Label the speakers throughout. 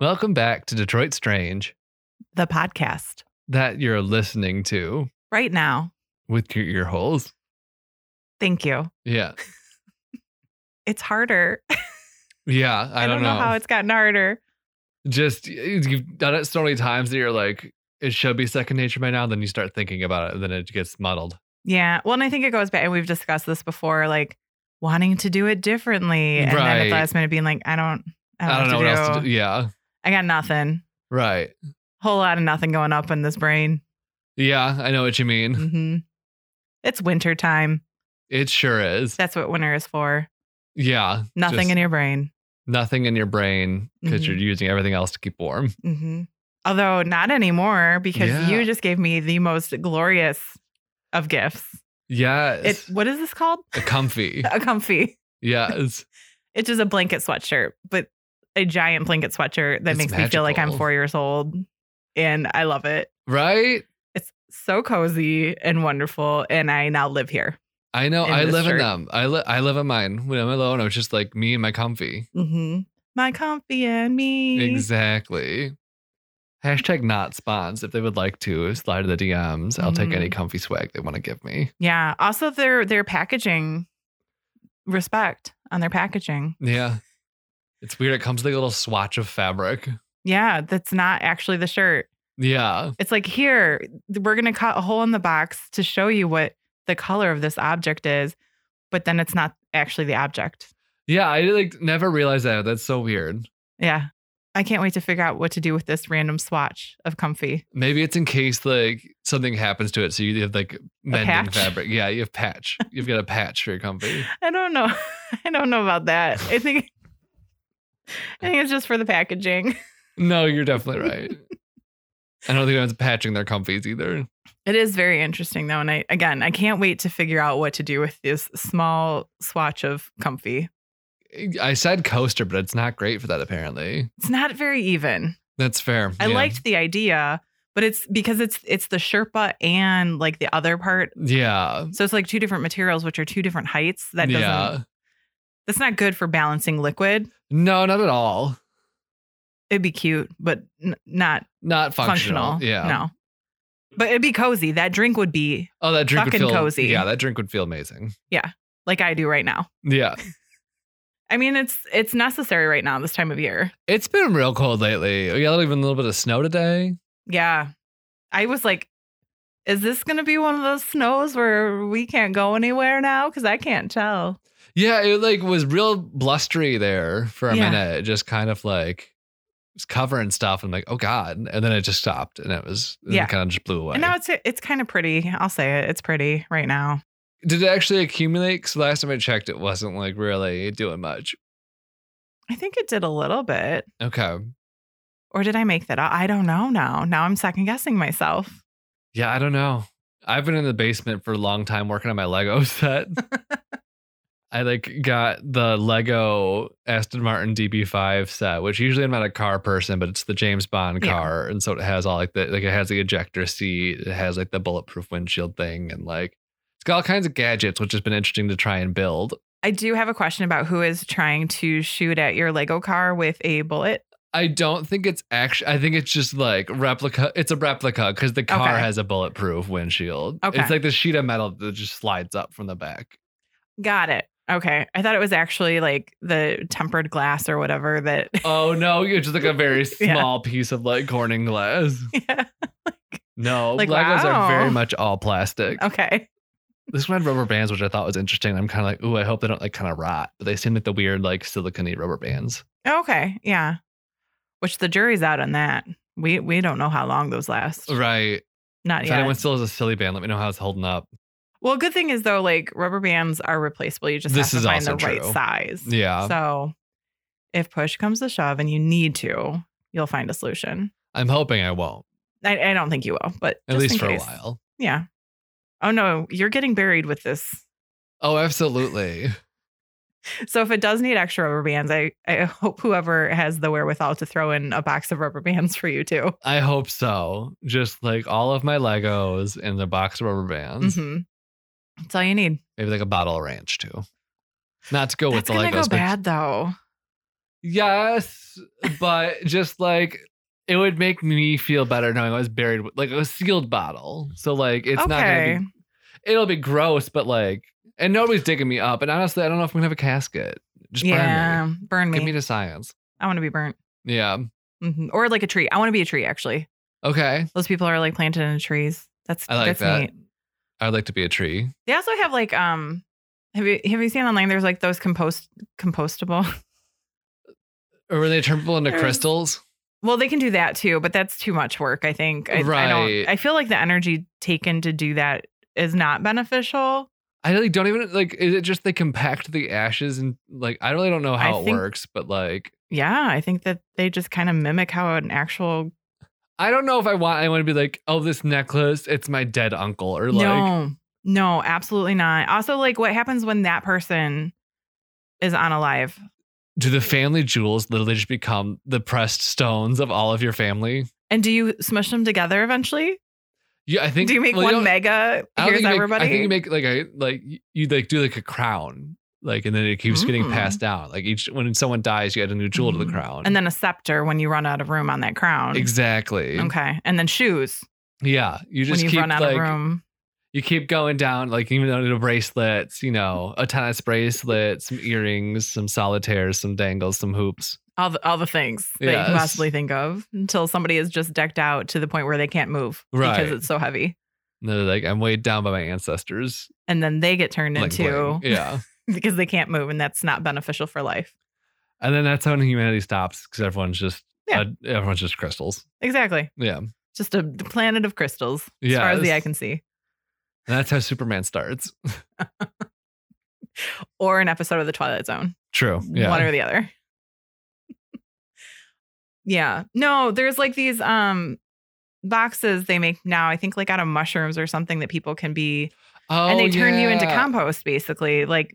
Speaker 1: Welcome back to Detroit Strange
Speaker 2: the podcast
Speaker 1: that you're listening to
Speaker 2: right now.
Speaker 1: with your ear holes.
Speaker 2: Thank you.
Speaker 1: Yeah.
Speaker 2: It's harder.
Speaker 1: Yeah. I,
Speaker 2: I don't, know. how it's gotten harder.
Speaker 1: Just you've done it so many times that you're like, it should be second nature by now. Then you start thinking about it and then it gets muddled.
Speaker 2: Yeah. Well, and I think it goes back, and we've discussed this before, like wanting to do it differently, and then at
Speaker 1: Right.
Speaker 2: the last minute being like, I don't, I don't,
Speaker 1: I don't know
Speaker 2: know
Speaker 1: what
Speaker 2: to do.
Speaker 1: else to do. Yeah.
Speaker 2: I got nothing.
Speaker 1: Right.
Speaker 2: Whole lot of nothing going up in this brain.
Speaker 1: Yeah. I know what you mean.
Speaker 2: hmm It's winter time.
Speaker 1: It sure is.
Speaker 2: That's what winter is for.
Speaker 1: Yeah.
Speaker 2: Nothing
Speaker 1: Just
Speaker 2: in your brain.
Speaker 1: nothing in your brain because
Speaker 2: Mhm.
Speaker 1: you're using everything else to keep warm.
Speaker 2: hmm Although not anymore, because
Speaker 1: Yeah.
Speaker 2: you just gave me the most glorious of gifts.
Speaker 1: Yes.
Speaker 2: It's what is this called?
Speaker 1: a comfy.
Speaker 2: A comfy.
Speaker 1: yes.
Speaker 2: It's just a blanket sweatshirt, but a giant blanket sweatshirt that
Speaker 1: It's
Speaker 2: makes me feel like I'm
Speaker 1: magical.
Speaker 2: four years old. And I love it.
Speaker 1: Right.
Speaker 2: It's so cozy and wonderful. And I now live here.
Speaker 1: I know.
Speaker 2: in
Speaker 1: I
Speaker 2: this
Speaker 1: live in
Speaker 2: shirt.
Speaker 1: them. I li- I live in mine. When I'm alone, I'm just like me and my comfy.
Speaker 2: Mm-hmm. My comfy and me.
Speaker 1: Exactly. Hashtag not spawns. If they would like to slide to the DMs, I'll take
Speaker 2: Mhm.
Speaker 1: any comfy swag they want to give me.
Speaker 2: Yeah. Also, their their packaging, respect on their packaging.
Speaker 1: Yeah. It's weird. It comes with like a little swatch of fabric.
Speaker 2: Yeah, that's not actually the shirt.
Speaker 1: Yeah.
Speaker 2: It's like here we're gonna cut a hole in the box to show you what the color of this object is, but then it's not actually the object.
Speaker 1: Yeah. I like never realized that. That's so weird.
Speaker 2: Yeah. I can't wait to figure out what to do with this random swatch of comfy.
Speaker 1: Maybe it's in case like something happens to it. So you have like mending
Speaker 2: patch?
Speaker 1: fabric. Yeah. You have patch. You've got a patch for your comfy.
Speaker 2: I don't know. I don't know about that. I think I think it's just for the packaging.
Speaker 1: No, you're definitely right. I don't think anyone's patching their comfies either.
Speaker 2: It is very interesting though, and I again I can't wait to figure out what to do with this small swatch of comfy.
Speaker 1: I said coaster, but it's not great for that apparently.
Speaker 2: It's not very even.
Speaker 1: That's fair.
Speaker 2: I
Speaker 1: yeah.
Speaker 2: liked the idea, but it's because it's it's the Sherpa and like the other part.
Speaker 1: Yeah.
Speaker 2: So it's like two different materials which are two different heights. That doesn't
Speaker 1: yeah.
Speaker 2: that's not good for balancing liquid.
Speaker 1: No, not at all.
Speaker 2: It'd be cute, but n- not
Speaker 1: Not functional. Yeah.
Speaker 2: No. But it'd be cozy. That drink would be
Speaker 1: Oh, that drink would
Speaker 2: Fucking
Speaker 1: feel
Speaker 2: cozy.
Speaker 1: Yeah, that drink would feel amazing.
Speaker 2: like I do right now.
Speaker 1: Yeah.
Speaker 2: I mean, it's it's necessary right now this time of year.
Speaker 1: It's been real cold lately. We got even a little bit of snow today.
Speaker 2: Yeah. I was like, is this going to be one of those snows where we can't go anywhere now cuz I can't tell.
Speaker 1: Yeah, it like was real blustery there for a
Speaker 2: Yeah.
Speaker 1: minute. It just kind of like was covering stuff and like, oh God. And then it just stopped and it was and
Speaker 2: Yeah.
Speaker 1: it kind of just blew away.
Speaker 2: And now it's it's kind of pretty. I'll say it. It's pretty right now.
Speaker 1: Did it actually accumulate? Because last time I checked, it wasn't like really doing much.
Speaker 2: I think it did a little bit.
Speaker 1: Okay.
Speaker 2: Or did I make that up? I don't know now. Now I'm second guessing myself.
Speaker 1: Yeah, I don't know. I've been in the basement for a long time working on my Lego set. I like got the Lego Aston Martin DB5 set, which usually I'm not a car person, but it's the James Bond
Speaker 2: Yeah.
Speaker 1: car, and so it has all like the like it has the ejector seat, it has like the bulletproof windshield thing, and like it's got all kinds of gadgets, which has been interesting to try and build.
Speaker 2: I do have a question about who is trying to shoot at your Lego car with a bullet.
Speaker 1: I don't think it's actually. I think it's just like replica. It's a replica because the car
Speaker 2: Okay.
Speaker 1: has a bulletproof windshield.
Speaker 2: Okay.
Speaker 1: It's like the sheet of metal that just slides up from the back.
Speaker 2: Got it. Okay. I thought it was actually like the tempered glass or whatever that
Speaker 1: Oh no, you're just like a very
Speaker 2: Yeah.
Speaker 1: small piece of like Corning glass.
Speaker 2: Yeah.
Speaker 1: No,
Speaker 2: Like,
Speaker 1: Legos
Speaker 2: wow.
Speaker 1: are very much all plastic.
Speaker 2: Okay.
Speaker 1: This one had rubber bands, which I thought was interesting. I'm kind of like, ooh, I hope they don't like kind of rot, but they seem like the weird like silicone rubber bands.
Speaker 2: Okay. Yeah. Which the jury's out on that. We we don't know how long those last.
Speaker 1: Right.
Speaker 2: Not
Speaker 1: If
Speaker 2: yet.
Speaker 1: anyone still has a silly band, let me know how it's holding up.
Speaker 2: well, good thing is though, like rubber bands are replaceable. You just
Speaker 1: This
Speaker 2: have
Speaker 1: is
Speaker 2: to find the
Speaker 1: also
Speaker 2: right
Speaker 1: true.
Speaker 2: size.
Speaker 1: Yeah,
Speaker 2: So if push comes to shove and you need to, you'll find a solution.
Speaker 1: I'm hoping I won't.
Speaker 2: I, I don't think you will, but
Speaker 1: At
Speaker 2: just
Speaker 1: least
Speaker 2: in
Speaker 1: for
Speaker 2: case.
Speaker 1: a while.
Speaker 2: Yeah. Oh no, you're getting buried with this
Speaker 1: Oh, absolutely.
Speaker 2: So if it does need extra rubber bands, I, I hope whoever has the wherewithal to throw in a box of rubber bands for you too.
Speaker 1: I hope so. Just like all of my Legos and the box of rubber bands,
Speaker 2: hmm That's all you need.
Speaker 1: maybe like a bottle of ranch too. Not to go
Speaker 2: That's
Speaker 1: Oh, with the
Speaker 2: gonna
Speaker 1: Legos,
Speaker 2: go
Speaker 1: but
Speaker 2: bad though.
Speaker 1: Yes, but just like it would make me feel better knowing I was buried with like a sealed bottle. So like it's not
Speaker 2: okay.
Speaker 1: gonna be it'll be gross, but like and nobody's digging me up. And honestly, I don't know if I'm gonna have a casket. Just
Speaker 2: yeah. Burn
Speaker 1: burn me.
Speaker 2: me.
Speaker 1: Give me to science.
Speaker 2: I want to be burnt.
Speaker 1: Yeah.
Speaker 2: hmm Or like a tree. I want to be a tree, actually.
Speaker 1: Okay.
Speaker 2: Those people are like planted in trees. That's
Speaker 1: I like
Speaker 2: that's
Speaker 1: that.
Speaker 2: neat.
Speaker 1: I'd like to be a tree.
Speaker 2: They also have like um have you have you seen online there's like those compost compostable.
Speaker 1: Or when they turn people into
Speaker 2: There's-
Speaker 1: crystals.
Speaker 2: Well, they can do that too, but that's too much work, I think. I, I
Speaker 1: Right.
Speaker 2: don't I feel like the energy taken to do that is not beneficial.
Speaker 1: I like don't even like is it just they compact the ashes and like I really don't know how
Speaker 2: I
Speaker 1: it
Speaker 2: think-
Speaker 1: works, but like
Speaker 2: Yeah, I think that they just kind of mimic how an actual
Speaker 1: I don't know if I want anyone to be like, oh, this necklace, it's my dead uncle, or like
Speaker 2: No. No, absolutely not. Also like what happens when that person is on alive?
Speaker 1: do the family jewels literally just become the pressed stones of all of your family?
Speaker 2: And do you smush them together eventually?
Speaker 1: Yeah, I think.
Speaker 2: do you make
Speaker 1: well,
Speaker 2: one
Speaker 1: don't-
Speaker 2: mega?
Speaker 1: I don't
Speaker 2: Here's
Speaker 1: think you Make,
Speaker 2: everybody.
Speaker 1: I think you make like a like you like do like a crown, like, and then it keeps getting
Speaker 2: Mm.
Speaker 1: passed down. Like each when someone dies, you add a new jewel to the
Speaker 2: Mm.
Speaker 1: crown,
Speaker 2: and then a scepter when you run out of room on that crown.
Speaker 1: exactly,
Speaker 2: Okay. And then shoes
Speaker 1: yeah, you
Speaker 2: when
Speaker 1: just
Speaker 2: you
Speaker 1: keep
Speaker 2: run out
Speaker 1: like
Speaker 2: of room.
Speaker 1: you keep going down, like even though little bracelets, you know, a tennis bracelet, some earrings, some solitaires, some dangles, some hoops.
Speaker 2: All the, all the things that you can
Speaker 1: Yes.
Speaker 2: possibly think of until somebody is just decked out to the point where they can't move
Speaker 1: Right.
Speaker 2: because it's so heavy.
Speaker 1: And they're like, I'm weighed down by my ancestors.
Speaker 2: And then they get turned
Speaker 1: Like,
Speaker 2: into
Speaker 1: bling. yeah.
Speaker 2: because they can't move and that's not beneficial for life.
Speaker 1: And then that's when humanity stops because everyone's just
Speaker 2: Yeah.
Speaker 1: uh, everyone's just crystals.
Speaker 2: Exactly.
Speaker 1: Yeah, and
Speaker 2: Just a planet of crystals as far as the
Speaker 1: Yes.
Speaker 2: eye can see.
Speaker 1: that's how Superman starts.
Speaker 2: Or an episode of The Twilight Zone.
Speaker 1: True. Yeah.
Speaker 2: one or the other. yeah. No, there's like these um boxes they make now, I think like out of mushrooms or something that people can be
Speaker 1: oh,
Speaker 2: and they turn you into
Speaker 1: yeah.
Speaker 2: compost basically. Like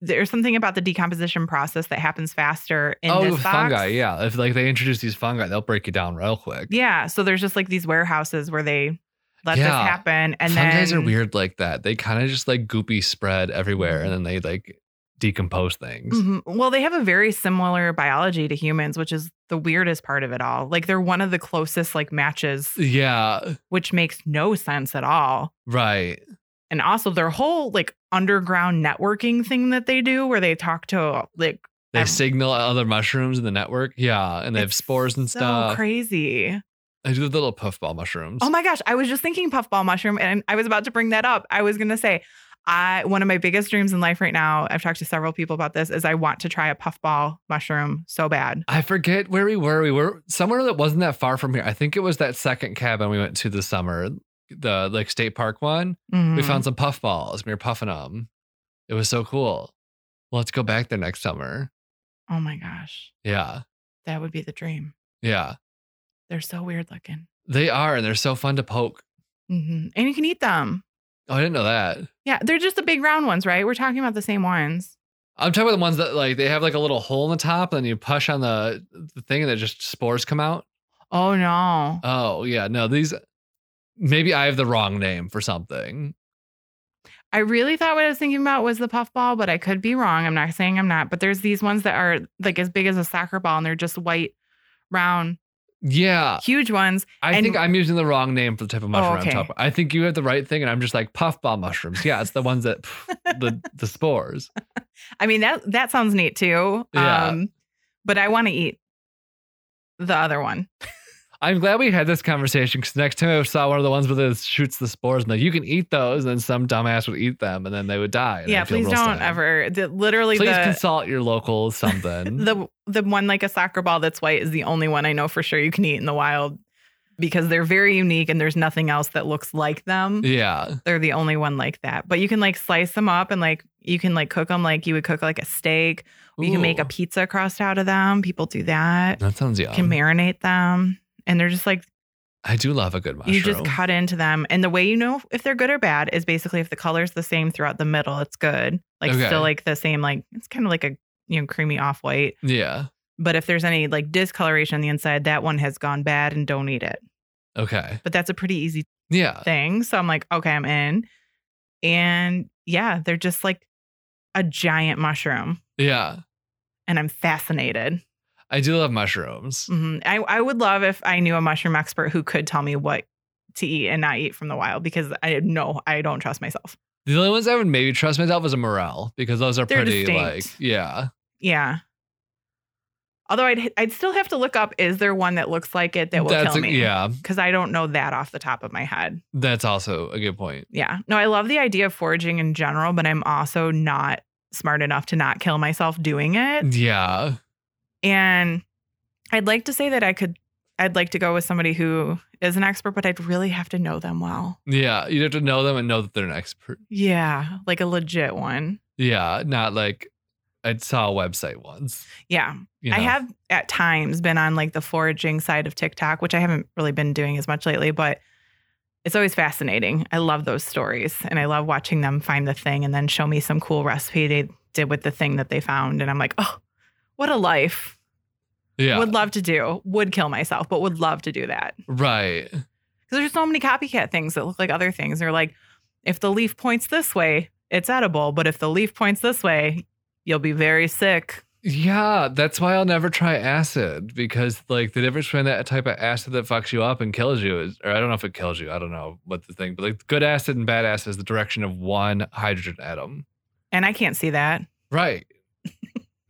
Speaker 2: there's something about the decomposition process that happens faster in
Speaker 1: oh,
Speaker 2: this box.
Speaker 1: fungi. Yeah. If like they introduce these fungi, they'll break you down real quick.
Speaker 2: Yeah. So there's just like these warehouses where they let this
Speaker 1: Yeah.
Speaker 2: happen and
Speaker 1: Fungi
Speaker 2: then Mm-hmm.
Speaker 1: are weird like that. They kind of just like goopy spread everywhere, and then they like decompose things.
Speaker 2: Mhm. Well, they have a very similar biology to humans, which is the weirdest part of it all. Like they're one of the closest like matches
Speaker 1: Yeah.
Speaker 2: which makes no sense at all.
Speaker 1: Right.
Speaker 2: And also their whole like underground networking thing that they do where they talk to like
Speaker 1: They
Speaker 2: Ev-
Speaker 1: signal other mushrooms in the network. Yeah, and they have
Speaker 2: it's
Speaker 1: spores and
Speaker 2: so
Speaker 1: stuff.
Speaker 2: crazy.
Speaker 1: They do the little puffball mushrooms.
Speaker 2: Oh my gosh, I was just thinking puffball mushroom and I was about to bring that up. I was going to say I one of my biggest dreams in life right now, I've talked to several people about this, is I want to try a puffball mushroom so bad.
Speaker 1: I forget where we were. We were somewhere that wasn't that far from here. I think it was that second cabin we went to this summer, the like state park one. We
Speaker 2: Mhm.
Speaker 1: found some puffballs. We were puffing them. It was so cool. Well, let's go back there next summer.
Speaker 2: Oh my gosh.
Speaker 1: Yeah,
Speaker 2: That would be the dream.
Speaker 1: yeah,
Speaker 2: They're so weird looking.
Speaker 1: they are, and they're so fun to poke.
Speaker 2: hmm And you can eat them.
Speaker 1: Oh, I didn't know that.
Speaker 2: Yeah, they're just the big round ones, right? We're talking about the same ones.
Speaker 1: I'm talking about the ones that like they have like a little hole in the top, and you push on the the thing, and it just spores come out.
Speaker 2: Oh no.
Speaker 1: Oh yeah, no these. Maybe I have the wrong name for something.
Speaker 2: I really thought what I was thinking about was the puffball, but I could be wrong. I'm not saying I'm not, but there's these ones that are like as big as a soccer ball and they're just white, round,
Speaker 1: Yeah,
Speaker 2: huge ones.
Speaker 1: I
Speaker 2: And- Oh,
Speaker 1: think I'm using the wrong name for the type of mushroom
Speaker 2: okay.
Speaker 1: I'm talking about. I think you have the right thing, and I'm just like puffball mushrooms. Yeah, it's the ones that pff, the the spores.
Speaker 2: I mean that that sounds neat too.
Speaker 1: Yeah.
Speaker 2: Um but I want to eat the other one.
Speaker 1: I'm glad we had this conversation because next time I saw one of the ones where it shoots the spores, and like you can eat those, and then some dumbass would eat them, and then they would die. and
Speaker 2: yeah,
Speaker 1: I'd feel
Speaker 2: please
Speaker 1: real
Speaker 2: don't
Speaker 1: sad.
Speaker 2: ever. The, literally
Speaker 1: Please
Speaker 2: the
Speaker 1: consult your local something.
Speaker 2: the the one like a soccer ball that's white is the only one I know for sure you can eat in the wild because they're very unique and there's nothing else that looks like them.
Speaker 1: yeah,
Speaker 2: they're the only one like that. But you can like slice them up and like you can like cook them like you would cook like a steak. You can make a
Speaker 1: Ooh,
Speaker 2: pizza crust out of them. People do that.
Speaker 1: That sounds
Speaker 2: You
Speaker 1: yum.
Speaker 2: can marinate them. And they're just like
Speaker 1: I do love a good mushroom.
Speaker 2: you just cut into them. And the way you know if they're good or bad is basically if the color's the same throughout the middle, it's good. Like
Speaker 1: Okay.
Speaker 2: still like the same, like it's kind of like a you know, creamy off white.
Speaker 1: yeah.
Speaker 2: But if there's any like discoloration on the inside, that one has gone bad and don't eat it.
Speaker 1: Okay.
Speaker 2: But that's a pretty easy
Speaker 1: Yeah.
Speaker 2: thing. So I'm like, okay, I'm in. And yeah, they're just like a giant mushroom.
Speaker 1: Yeah.
Speaker 2: And I'm fascinated.
Speaker 1: I do love mushrooms.
Speaker 2: hmm I, I would love if I knew a mushroom expert who could tell me what to eat and not eat from the wild because I know I don't trust myself.
Speaker 1: The only ones I would maybe trust myself is a morel because those are
Speaker 2: They're
Speaker 1: pretty
Speaker 2: distinct.
Speaker 1: like yeah.
Speaker 2: Yeah. Although I'd I'd still have to look up is there one that looks like it that will
Speaker 1: that's
Speaker 2: kill
Speaker 1: a-
Speaker 2: me?
Speaker 1: yeah.
Speaker 2: Because I don't know that off the top of my head.
Speaker 1: That's also a good point.
Speaker 2: Yeah. No, I love the idea of foraging in general, but I'm also not smart enough to not kill myself doing it.
Speaker 1: Yeah.
Speaker 2: And I'd like to say that I could I'd like to go with somebody who is an expert, but I'd really have to know them well.
Speaker 1: Yeah. You'd have to know them and know that they're an expert.
Speaker 2: Yeah, like a legit one.
Speaker 1: Yeah. Not like I saw a website once.
Speaker 2: Yeah.
Speaker 1: you
Speaker 2: I
Speaker 1: know.
Speaker 2: have at times been on like the foraging side of TikTok, which I haven't really been doing as much lately, but it's always fascinating. I love those stories and I love watching them find the thing and then show me some cool recipe they did with the thing that they found. And I'm like, oh, what a life.
Speaker 1: Yeah.
Speaker 2: Would love to do, would kill myself, but would love to do that.
Speaker 1: right.
Speaker 2: Because there's so many copycat things that look like other things. They're like, if the leaf points this way, it's edible. But if the leaf points this way, you'll be very sick.
Speaker 1: Yeah, that's why I'll never try acid because, like, the difference between that type of acid that fucks you up and kills you is, or I don't know if it kills you, I don't know what the thing, but like, good acid and bad acid is the direction of one hydrogen atom.
Speaker 2: And I can't see that.
Speaker 1: Right.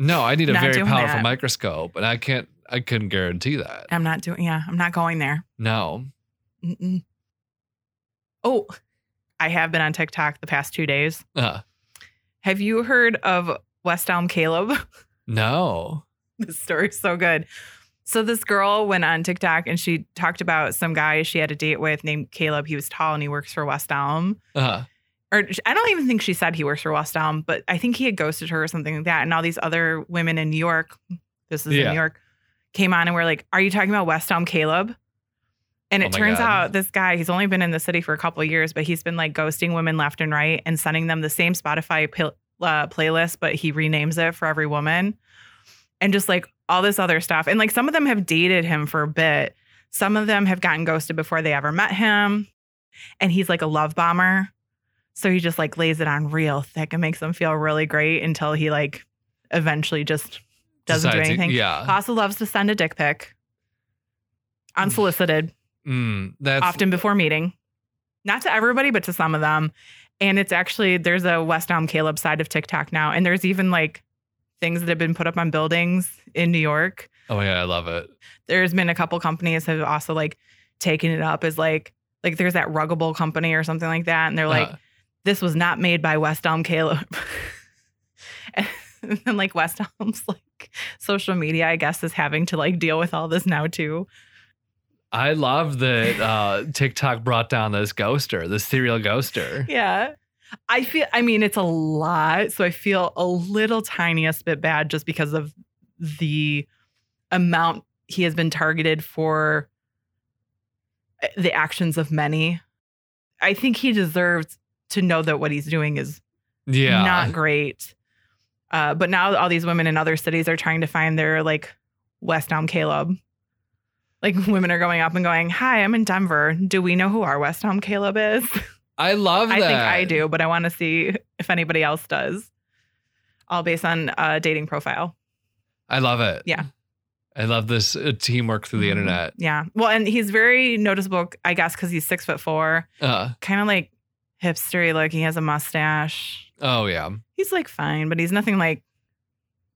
Speaker 1: No, I need a
Speaker 2: Not
Speaker 1: very
Speaker 2: doing
Speaker 1: powerful
Speaker 2: that.
Speaker 1: microscope, and I can't, I couldn't guarantee that.
Speaker 2: I'm not doing, yeah, I'm not going there.
Speaker 1: No.
Speaker 2: Mm-mm. Oh, I have been on TikTok the past two days.
Speaker 1: Uh,
Speaker 2: Have you heard of West Elm Caleb?
Speaker 1: no.
Speaker 2: this story's so good. So this girl went on TikTok and she talked about some guy she had a date with named Caleb. He was tall and he works for West Elm.
Speaker 1: Uh,
Speaker 2: Or I don't even think she said he works for West Elm, but I think he had ghosted her or something like that. And all these other women in New York, this is in
Speaker 1: Yeah.
Speaker 2: New York, came on and were like, "Are you talking about West Elm Caleb?" And
Speaker 1: Oh
Speaker 2: it
Speaker 1: my
Speaker 2: turns
Speaker 1: God.
Speaker 2: out this guy, he's only been in the city for a couple of years, but he's been like ghosting women left and right and sending them the same Spotify pil- uh, playlist, but he renames it for every woman and just like all this other stuff. And like some of them have dated him for a bit, some of them have gotten ghosted before they ever met him. And he's like a love bomber. So he just like lays it on real thick and makes them feel really great until he like eventually just doesn't do
Speaker 1: Besides-
Speaker 2: anything.
Speaker 1: Yeah.
Speaker 2: Also loves to send a dick pic unsolicited,
Speaker 1: Mm, that's
Speaker 2: often before meeting. Not to everybody, but to some of them. And it's actually, there's a West Elm Caleb side of TikTok now. And there's even like things that have been put up on buildings in New York.
Speaker 1: Oh my God, I love it.
Speaker 2: There's been a couple companies have also like taken it up as like, like there's that Ruggable company or something like that. And they're like,
Speaker 1: Uh,
Speaker 2: this was not made by West Elm Caleb. and then like West Elm's like social media, I guess, is having to like deal with all this now too.
Speaker 1: I love that uh, TikTok brought down this ghoster, this serial ghoster.
Speaker 2: Yeah. I feel I mean it's a lot, so I feel a little tiniest bit bad just because of the amount he has been targeted for eh, the actions of many. I think he deserves to know that what he's doing is
Speaker 1: Yeah.
Speaker 2: not great. Uh, but now all these women in other cities are trying to find their like West Elm Caleb. Like women are going up and going, "Hi, I'm in Denver. Do we know who our West Elm Caleb is?"
Speaker 1: I love
Speaker 2: I
Speaker 1: that.
Speaker 2: think I do, but I want to see if anybody else does. All based on uh, dating profile.
Speaker 1: I love it.
Speaker 2: Yeah.
Speaker 1: I love this uh, teamwork through the
Speaker 2: Mhm.
Speaker 1: internet.
Speaker 2: Yeah. Well, and he's very noticeable, I guess, because he's six foot four,
Speaker 1: Uh,
Speaker 2: kind of like hipstery look. He has a mustache.
Speaker 1: oh, yeah.
Speaker 2: He's like fine, but he's nothing like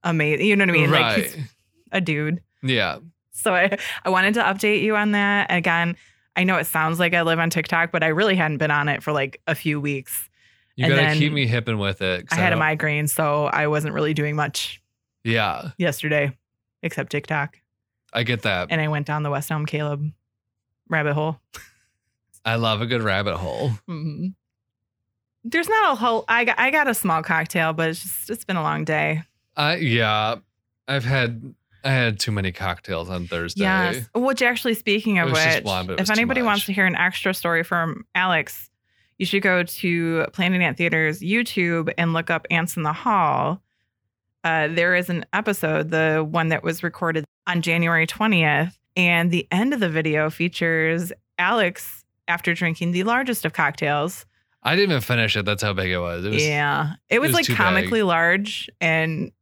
Speaker 2: amazing. You know what I mean? Like
Speaker 1: right.
Speaker 2: he's a dude.
Speaker 1: yeah.
Speaker 2: So I, I wanted to update you on that. Again, I know it sounds like I live on TikTok, but I really hadn't been on it for like a few weeks.
Speaker 1: You
Speaker 2: and
Speaker 1: got to
Speaker 2: then
Speaker 1: keep me hipping with it. 'cause
Speaker 2: I had a
Speaker 1: don't-
Speaker 2: migraine, so I wasn't really doing much
Speaker 1: Yeah.
Speaker 2: yesterday except TikTok.
Speaker 1: I get that.
Speaker 2: And I went down the West Elm Caleb rabbit hole.
Speaker 1: I love a good rabbit hole.
Speaker 2: Mhm. There's not a whole, I got, I got a small cocktail, but it's just, it's been a long day.
Speaker 1: I, yeah. I've had. I had too many cocktails on Thursday.
Speaker 2: Yes. Which actually, speaking of
Speaker 1: It
Speaker 2: which,
Speaker 1: was just one, but it
Speaker 2: if
Speaker 1: was too
Speaker 2: anybody wants
Speaker 1: much.
Speaker 2: to hear an extra story from Alex, you should go to Planet Ant Theater's YouTube and look up Ants in the Hall. Uh, there is an episode, the one that was recorded on January 20th, and the end of the video features Alex after drinking the largest of cocktails.
Speaker 1: I didn't even finish it. That's how big it was. It was
Speaker 2: yeah. It was,
Speaker 1: was
Speaker 2: like
Speaker 1: too big.
Speaker 2: comically large and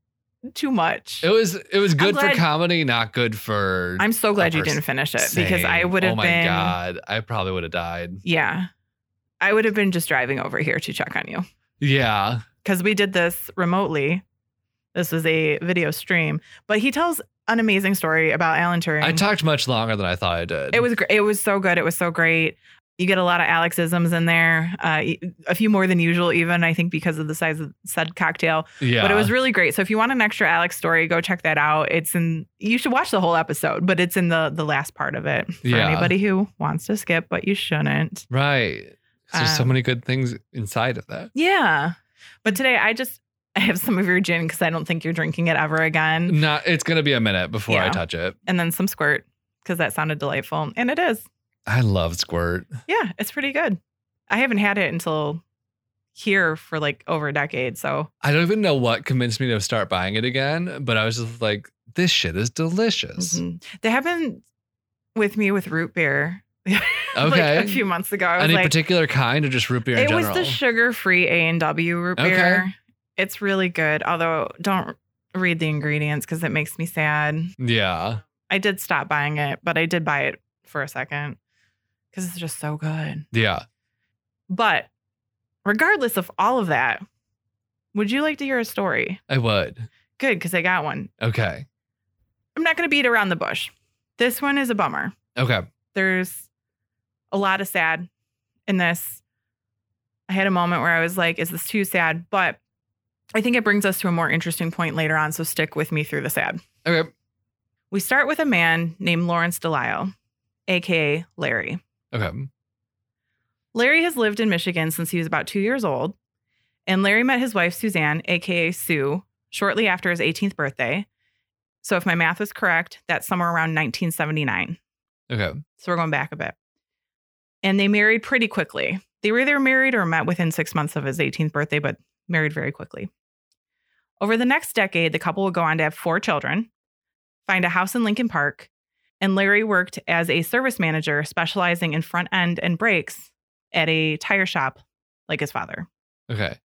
Speaker 2: too much.
Speaker 1: It was it was good for
Speaker 2: glad-
Speaker 1: comedy, not good for.
Speaker 2: I'm so glad you
Speaker 1: Upper
Speaker 2: didn't finish it because I
Speaker 1: saying,
Speaker 2: would have
Speaker 1: Oh my
Speaker 2: been
Speaker 1: god, I probably would have died.
Speaker 2: Yeah. I would have been just driving over here to check on you
Speaker 1: Yeah,
Speaker 2: because we did this remotely. This was a video stream, but he tells an amazing story about Alan Turing.
Speaker 1: I talked much longer than I thought I did.
Speaker 2: it was gr- it was so good. It was so great. You get a lot of Alexisms in there, uh, e- a few more than usual, even I think because of the size of said cocktail.
Speaker 1: yeah,
Speaker 2: But it was really great. So if you want an extra Alex story, go check that out. It's in you should watch the whole episode, but it's in the the last part of it for
Speaker 1: Yeah.
Speaker 2: anybody who wants to skip, but you shouldn't.
Speaker 1: right. 'Cause There's so
Speaker 2: Um,
Speaker 1: many good things inside of that.
Speaker 2: Yeah. But today I just I have some of your gin because I don't think you're drinking it ever again.
Speaker 1: Not. It's gonna be a minute before I
Speaker 2: Yeah.
Speaker 1: touch it.
Speaker 2: And then some squirt because that sounded delightful. And it is.
Speaker 1: I love squirt.
Speaker 2: Yeah, it's pretty good. I haven't had it until here for like over a decade. So
Speaker 1: I don't even know what convinced me to start buying it again, but I was just like, this shit is delicious.
Speaker 2: mhm. they happened with me with root beer Mm-hmm. like
Speaker 1: Okay.
Speaker 2: a few months ago. I was
Speaker 1: Any
Speaker 2: like,
Speaker 1: particular kind or just root beer in
Speaker 2: it
Speaker 1: general?
Speaker 2: was the sugar-free A and W root
Speaker 1: Okay.
Speaker 2: beer. It's really good, although don't read the ingredients because it makes me sad.
Speaker 1: yeah.
Speaker 2: I did stop buying it, but I did buy it for a second because it's just so good.
Speaker 1: Yeah.
Speaker 2: But regardless of all of that, would you like to hear a story?
Speaker 1: I would.
Speaker 2: Good, because I got one.
Speaker 1: Okay.
Speaker 2: I'm not going to beat around the bush. This one is a bummer.
Speaker 1: Okay.
Speaker 2: There's a lot of sad in this. I had a moment where I was like, is this too sad? But I think it brings us to a more interesting point later on. So stick with me through the sad.
Speaker 1: Okay.
Speaker 2: We start with a man named Lawrence Delisle, AKA Larry.
Speaker 1: Okay.
Speaker 2: Larry has lived in Michigan since he was about two years old, and Larry met his wife, Suzanne, aka Sue, shortly after his 18th birthday. So, if my math was correct, that's somewhere around 1979.
Speaker 1: Okay.
Speaker 2: So, we're going back a bit. And they married pretty quickly. They were either married or met within six months of his 18th birthday, but married very quickly. Over the next decade, the couple would go on to have four children, find a house in Lincoln Park, and Larry worked as a service manager specializing in front end and brakes at a tire shop like his father.
Speaker 1: Okay.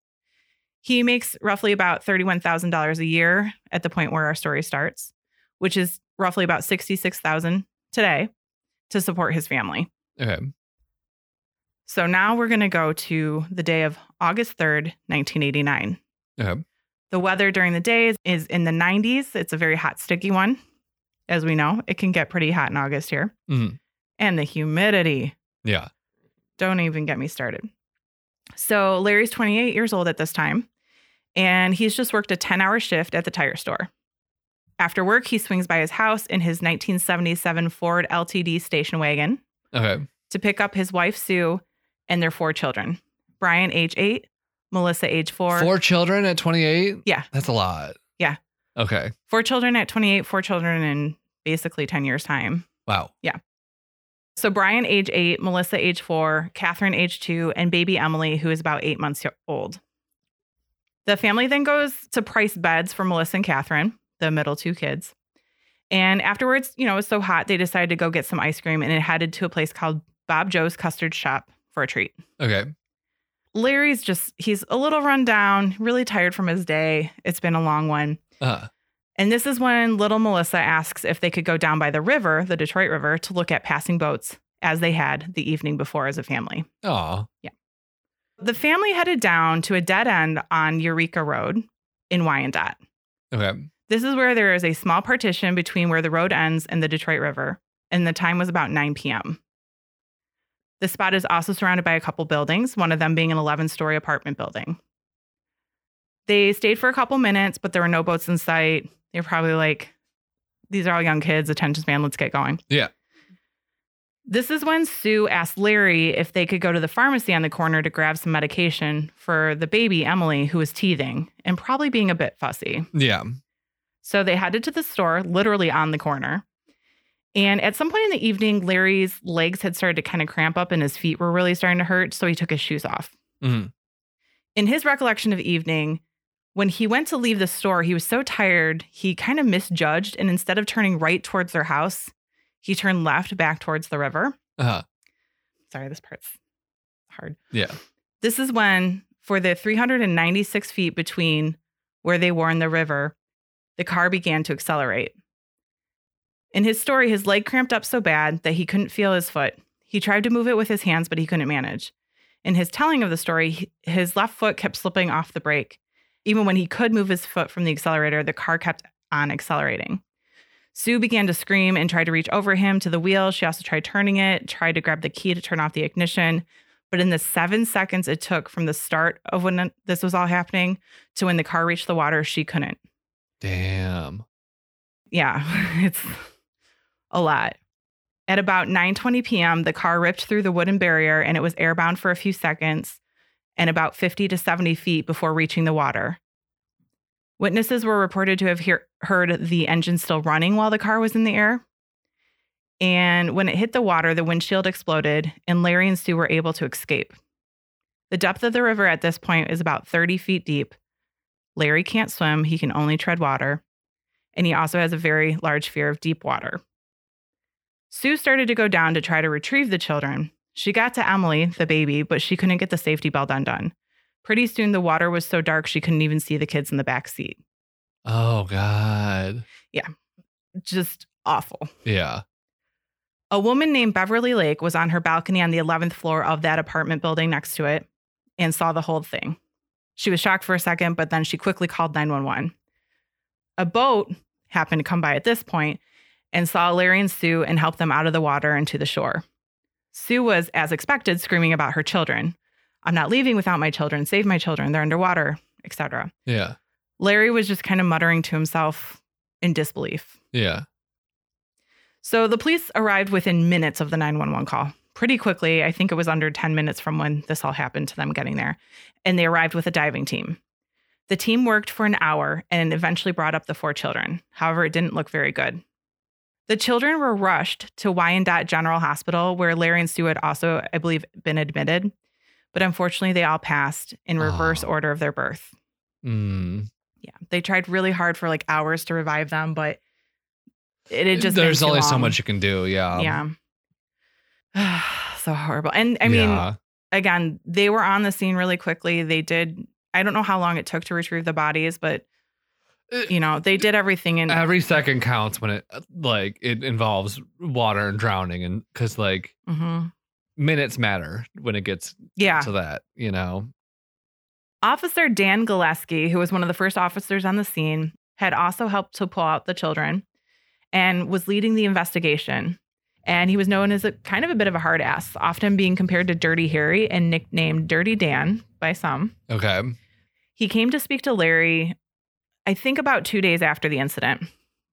Speaker 2: He makes roughly about $31,000 a year at the point where our story starts, which is roughly about 66,000 today to support his family.
Speaker 1: Okay.
Speaker 2: So now we're going to go to the day of August 3rd, 1989.
Speaker 1: Okay.
Speaker 2: The weather during the day is, is in the 90s. It's a very hot, sticky one. As we know, it can get pretty hot in August here.
Speaker 1: Mhm.
Speaker 2: And the humidity.
Speaker 1: Yeah.
Speaker 2: Don't even get me started. So Larry's 28 years old at this time, and he's just worked a 10 hour shift at the tire store. After work, he swings by his house in his 1977 Ford LTD station wagon
Speaker 1: Okay.
Speaker 2: to pick up his wife, Sue, and their four children Brian, age eight, Melissa, age four.
Speaker 1: Four children at 28?
Speaker 2: Yeah.
Speaker 1: That's a lot.
Speaker 2: Yeah.
Speaker 1: Okay.
Speaker 2: Four children at 28, four children in basically 10 years' time.
Speaker 1: Wow.
Speaker 2: So Brian, age eight, Melissa, age four, Catherine, age two, and baby Emily, who is about eight months old. The family then goes to price beds for Melissa and Catherine, the middle two kids. And afterwards, you know, it was so hot, they decided to go get some ice cream and it headed to a place called Bob Joe's Custard Shop for a treat.
Speaker 1: Okay.
Speaker 2: Larry's just, he's a little run down, really tired from his day. It's been a long one.
Speaker 1: Uh,
Speaker 2: And this is when little Melissa asks if they could go down by the river, the Detroit River, to look at passing boats as they had the evening before as a family.
Speaker 1: aw.
Speaker 2: The family headed down to a dead end on Eureka Road in Wyandotte.
Speaker 1: Okay.
Speaker 2: This is where there is a small partition between where the road ends and the Detroit River, and the time was about 9 p.m. The spot is also surrounded by a couple buildings, one of them being an 11 story apartment building. They stayed for a couple minutes, but there were no boats in sight. They were probably like, these are all young kids, attention span, let's get going.
Speaker 1: Yeah.
Speaker 2: This is when Sue asked Larry if they could go to the pharmacy on the corner to grab some medication for the baby, Emily, who was teething and probably being a bit fussy.
Speaker 1: Yeah.
Speaker 2: So they headed to the store, literally on the corner. And at some point in the evening, Larry's legs had started to kind of cramp up and his feet were really starting to hurt. So he took his shoes off.
Speaker 1: Mhm.
Speaker 2: In his recollection of the evening, when he went to leave the store, he was so tired, he kind of misjudged. And instead of turning right towards their house, he turned left back towards the river.
Speaker 1: Uh-huh.
Speaker 2: Sorry, this part's hard.
Speaker 1: Yeah.
Speaker 2: This is when, for the 396 feet between where they were in the river, The car began to accelerate. In his story, his leg cramped up so bad that he couldn't feel his foot. He tried to move it with his hands, but he couldn't manage. In his telling of the story, he- his left foot kept slipping off the brake. Even when he could move his foot from the accelerator, the car kept on accelerating. Sue began to scream and tried to reach over him to the wheel. She also tried turning it, tried to grab the key to turn off the ignition. But in the seven seconds it took from the start of when this was all happening to when the car reached the water, she couldn't.
Speaker 1: Damn.
Speaker 2: Yeah, it's a lot. At about 9:20 p.m., the car ripped through the wooden barrier and it was airbound for a few seconds and about 50 to 70 feet before reaching the water. Witnesses were reported to have hear- heard the engine still running while the car was in the air. And when it hit the water, the windshield exploded, and Larry and Sue were able to escape. The depth of the river at this point is about 30 feet deep. Larry can't swim, he can only tread water. And he also has a very large fear of deep water. Sue started to go down to try to retrieve the children. She got to Emily, the baby, but she couldn't get the safety belt undone. Pretty soon, the water was so dark she couldn't even see the kids in the back seat.
Speaker 1: Oh God.
Speaker 2: Just awful.
Speaker 1: Yeah.
Speaker 2: A woman named Beverly Lake was on her balcony on the 11th floor of that apartment building next to it and saw the whole thing. She was shocked for a second, but then she quickly called 911. A boat happened to come by at this point and saw Larry and Sue and helped them out of the water and to the shore. Sue was, as expected, screaming about her children. I'm not leaving without my children. Save my children. They're underwater, etc.
Speaker 1: Yeah.
Speaker 2: Larry was just kind of muttering to himself in disbelief.
Speaker 1: Yeah.
Speaker 2: So the police arrived within minutes of the 911 call. Pretty quickly, I think it was under 10 minutes from when this all happened to them getting there. And they arrived with a diving team. The team worked for an hour and eventually brought up the four children. However, it didn't look very good. The children were rushed to Wyandotte General Hospital, where Larry and Sue had also, I believe, been admitted. But unfortunately, they all passed in reverse
Speaker 1: Oh.
Speaker 2: order of their birth.
Speaker 1: Mm.
Speaker 2: Yeah, they tried really hard for like hours to revive them, but it had just been
Speaker 1: there's
Speaker 2: too
Speaker 1: only so
Speaker 2: long.
Speaker 1: much you can do. Yeah.
Speaker 2: yeah, so horrible. And I mean,
Speaker 1: Yeah.
Speaker 2: again, they were on the scene really quickly. They did. I don't know how long it took to retrieve the bodies, but you know, they did everything. And
Speaker 1: E, every second counts when it like it involves water and drowning, and because like
Speaker 2: Mhm.
Speaker 1: minutes matter when it gets
Speaker 2: yeah,
Speaker 1: to that. You know.
Speaker 2: Officer Dan Gillespie, who was one of the first officers on the scene, had also helped to pull out the children and was leading the investigation. And he was known as a kind of a bit of a hard ass, often being compared to Dirty Harry and nicknamed Dirty Dan by some.
Speaker 1: Okay.
Speaker 2: He came to speak to Larry, I think about two days after the incident.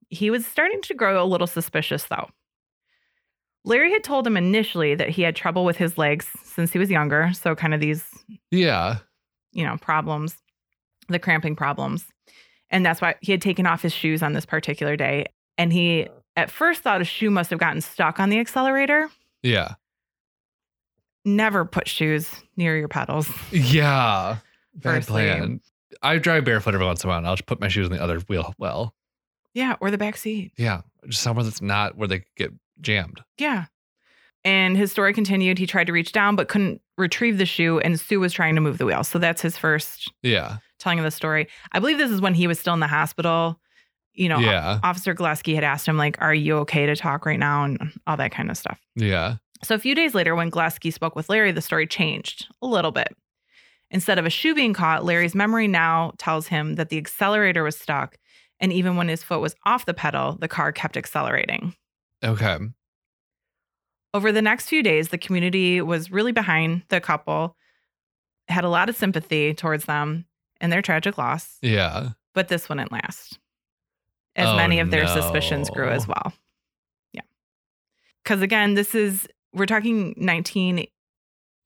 Speaker 2: He was starting to grow a little suspicious, though. Larry had told him initially that he had trouble with his legs since he was younger. So, kind of these
Speaker 1: Yeah.
Speaker 2: you know, problems, the cramping problems. And that's why he had taken off his shoes on this particular day. And he at first thought his shoe must have gotten stuck on the accelerator.
Speaker 1: Yeah.
Speaker 2: Never put shoes near your pedals.
Speaker 1: Yeah. Bad
Speaker 2: Firstly.
Speaker 1: plan. I drive barefoot every once in a while. And I'll just put my shoes in the other wheel well.
Speaker 2: Yeah, or the back seat.
Speaker 1: Yeah. Just somewhere that's not where they get jammed.
Speaker 2: Yeah. And his story continued. He tried to reach down but couldn't retrieve the shoe, and Sue was trying to move the wheel. So that's his first
Speaker 1: Yeah.
Speaker 2: telling of the story. I believe this is when he was still in the hospital. You know,
Speaker 1: yeah.
Speaker 2: Officer Gillespie had asked him, like, are you okay to talk right now? And all that kind of stuff.
Speaker 1: Yeah.
Speaker 2: So a few days later, when Gillespie spoke with Larry, the story changed a little bit. Instead of a shoe being caught, Larry's memory now tells him that the accelerator was stuck, and even when his foot was off the pedal, the car kept accelerating.
Speaker 1: Okay.
Speaker 2: Over the next few days, the community was really behind the couple, had a lot of sympathy towards them and their tragic loss,
Speaker 1: Yeah.
Speaker 2: but this wouldn't last, as
Speaker 1: Oh,
Speaker 2: many of their suspicions grew
Speaker 1: no.
Speaker 2: as well. Yeah. Because again, this is, we're talking 19,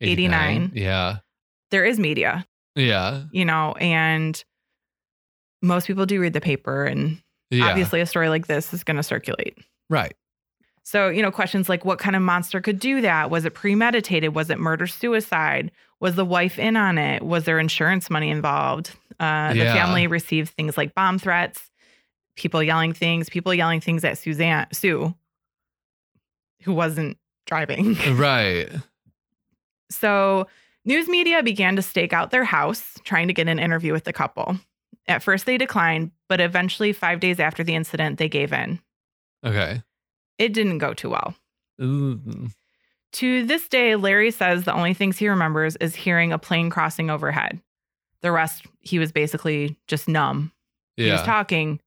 Speaker 2: 89.
Speaker 1: Yeah.
Speaker 2: there is media.
Speaker 1: Yeah.
Speaker 2: you know, and most people do read the paper. And
Speaker 1: Yeah.
Speaker 2: obviously, a story like this is going to circulate.
Speaker 1: Right.
Speaker 2: So, you know, questions like what kind of monster could do that? Was it premeditated? Was it murder suicide? Was the wife in on it? Was there insurance money involved? Uh, The
Speaker 1: Yeah.
Speaker 2: family received things like bomb threats, people yelling things, people yelling things at Suzanne, Sue, who wasn't driving.
Speaker 1: Right.
Speaker 2: So, news media began to stake out their house, trying to get an interview with the couple. At first, they declined, but eventually, five days after the incident, they gave in.
Speaker 1: Okay.
Speaker 2: It didn't go too well.
Speaker 1: Mm.
Speaker 2: To this day, Larry says the only things he remembers is hearing a plane crossing overhead. The rest, he was basically just numb. He was
Speaker 1: Yeah.
Speaker 2: talking,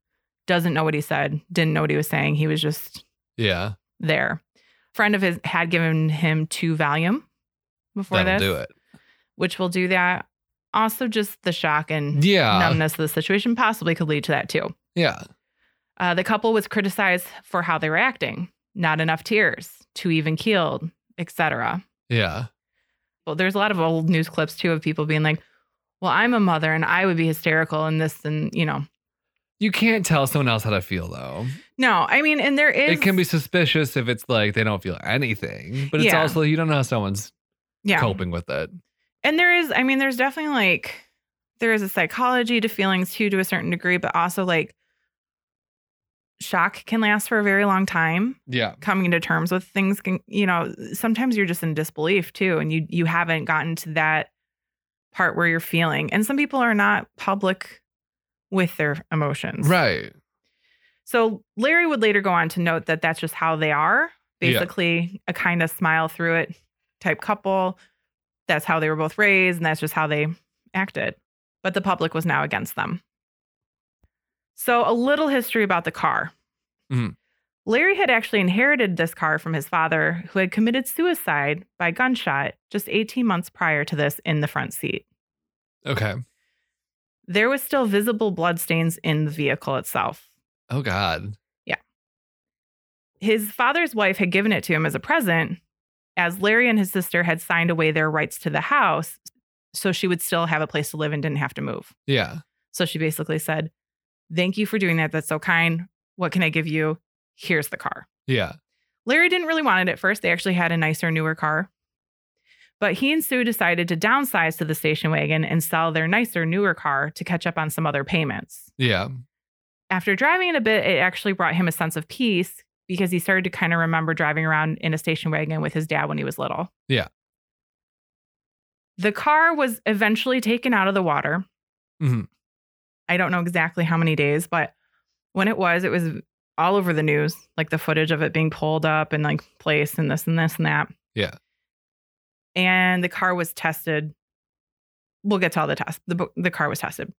Speaker 2: doesn't know what he said, didn't know what he was saying. He was just
Speaker 1: yeah.
Speaker 2: there. friend of his had given him two Valium before
Speaker 1: That'll
Speaker 2: this,
Speaker 1: do it.
Speaker 2: which will do that. Also, just the shock and
Speaker 1: Yeah.
Speaker 2: numbness of the situation possibly could lead to that too.
Speaker 1: Yeah.
Speaker 2: Uh, the couple was criticized for how they were acting, not enough tears, too even keeled, etc.
Speaker 1: Yeah.
Speaker 2: Well, there's a lot of old news clips too of people being like, "Well, I'm a mother and I would be hysterical and this and you know."
Speaker 1: You can't tell someone else how to feel though.
Speaker 2: No, I mean, and there is
Speaker 1: it can be suspicious if it's like they don't feel anything, but it's
Speaker 2: Yeah.
Speaker 1: also you don't know how someone's
Speaker 2: yeah,
Speaker 1: coping with it.
Speaker 2: and there is i mean there's definitely like there is a psychology to feelings too to a certain degree but also like shock can last for a very long time
Speaker 1: Yeah.
Speaker 2: coming to terms with things can you know sometimes you're just in disbelief too and you you haven't gotten to that part where you're feeling and some people are not public with their emotions
Speaker 1: Right.
Speaker 2: so Larry would later go on to note that that's just how they are.
Speaker 1: Yeah.
Speaker 2: Basically, a kind of smile through it type couple. That's how they were both raised, and that's just how they acted. But the public was now against them. So, a little history about the car.
Speaker 1: Mhm.
Speaker 2: Larry had actually inherited this car from his father, who had committed suicide by gunshot just 18 months prior to this in the front seat.
Speaker 1: Okay.
Speaker 2: There was still visible bloodstains in the vehicle itself.
Speaker 1: Oh God.
Speaker 2: his father's wife had given it to him as a present, as Larry and his sister had signed away their rights to the house, so she would still have a place to live and didn't have to move.
Speaker 1: Yeah.
Speaker 2: So she basically said, Thank you for doing that. That's so kind. What can I give you? Here's the car.
Speaker 1: Yeah.
Speaker 2: Larry didn't really want it at first. They actually had a nicer, newer car. But he and Sue decided to downsize to the station wagon and sell their nicer, newer car to catch up on some other payments
Speaker 1: Yeah.
Speaker 2: after driving it a bit, it actually brought him a sense of peace because he started to kind of remember driving around in a station wagon with his dad when he was little.
Speaker 1: Yeah.
Speaker 2: The car was eventually taken out of the water.
Speaker 1: Mhm.
Speaker 2: I don't know exactly how many days, but when it was, it was all over the news, like the footage of it being pulled up and like placed and this and this and that.
Speaker 1: Yeah.
Speaker 2: And the car was tested. We'll get to all the tests. The, bo- the car was tested.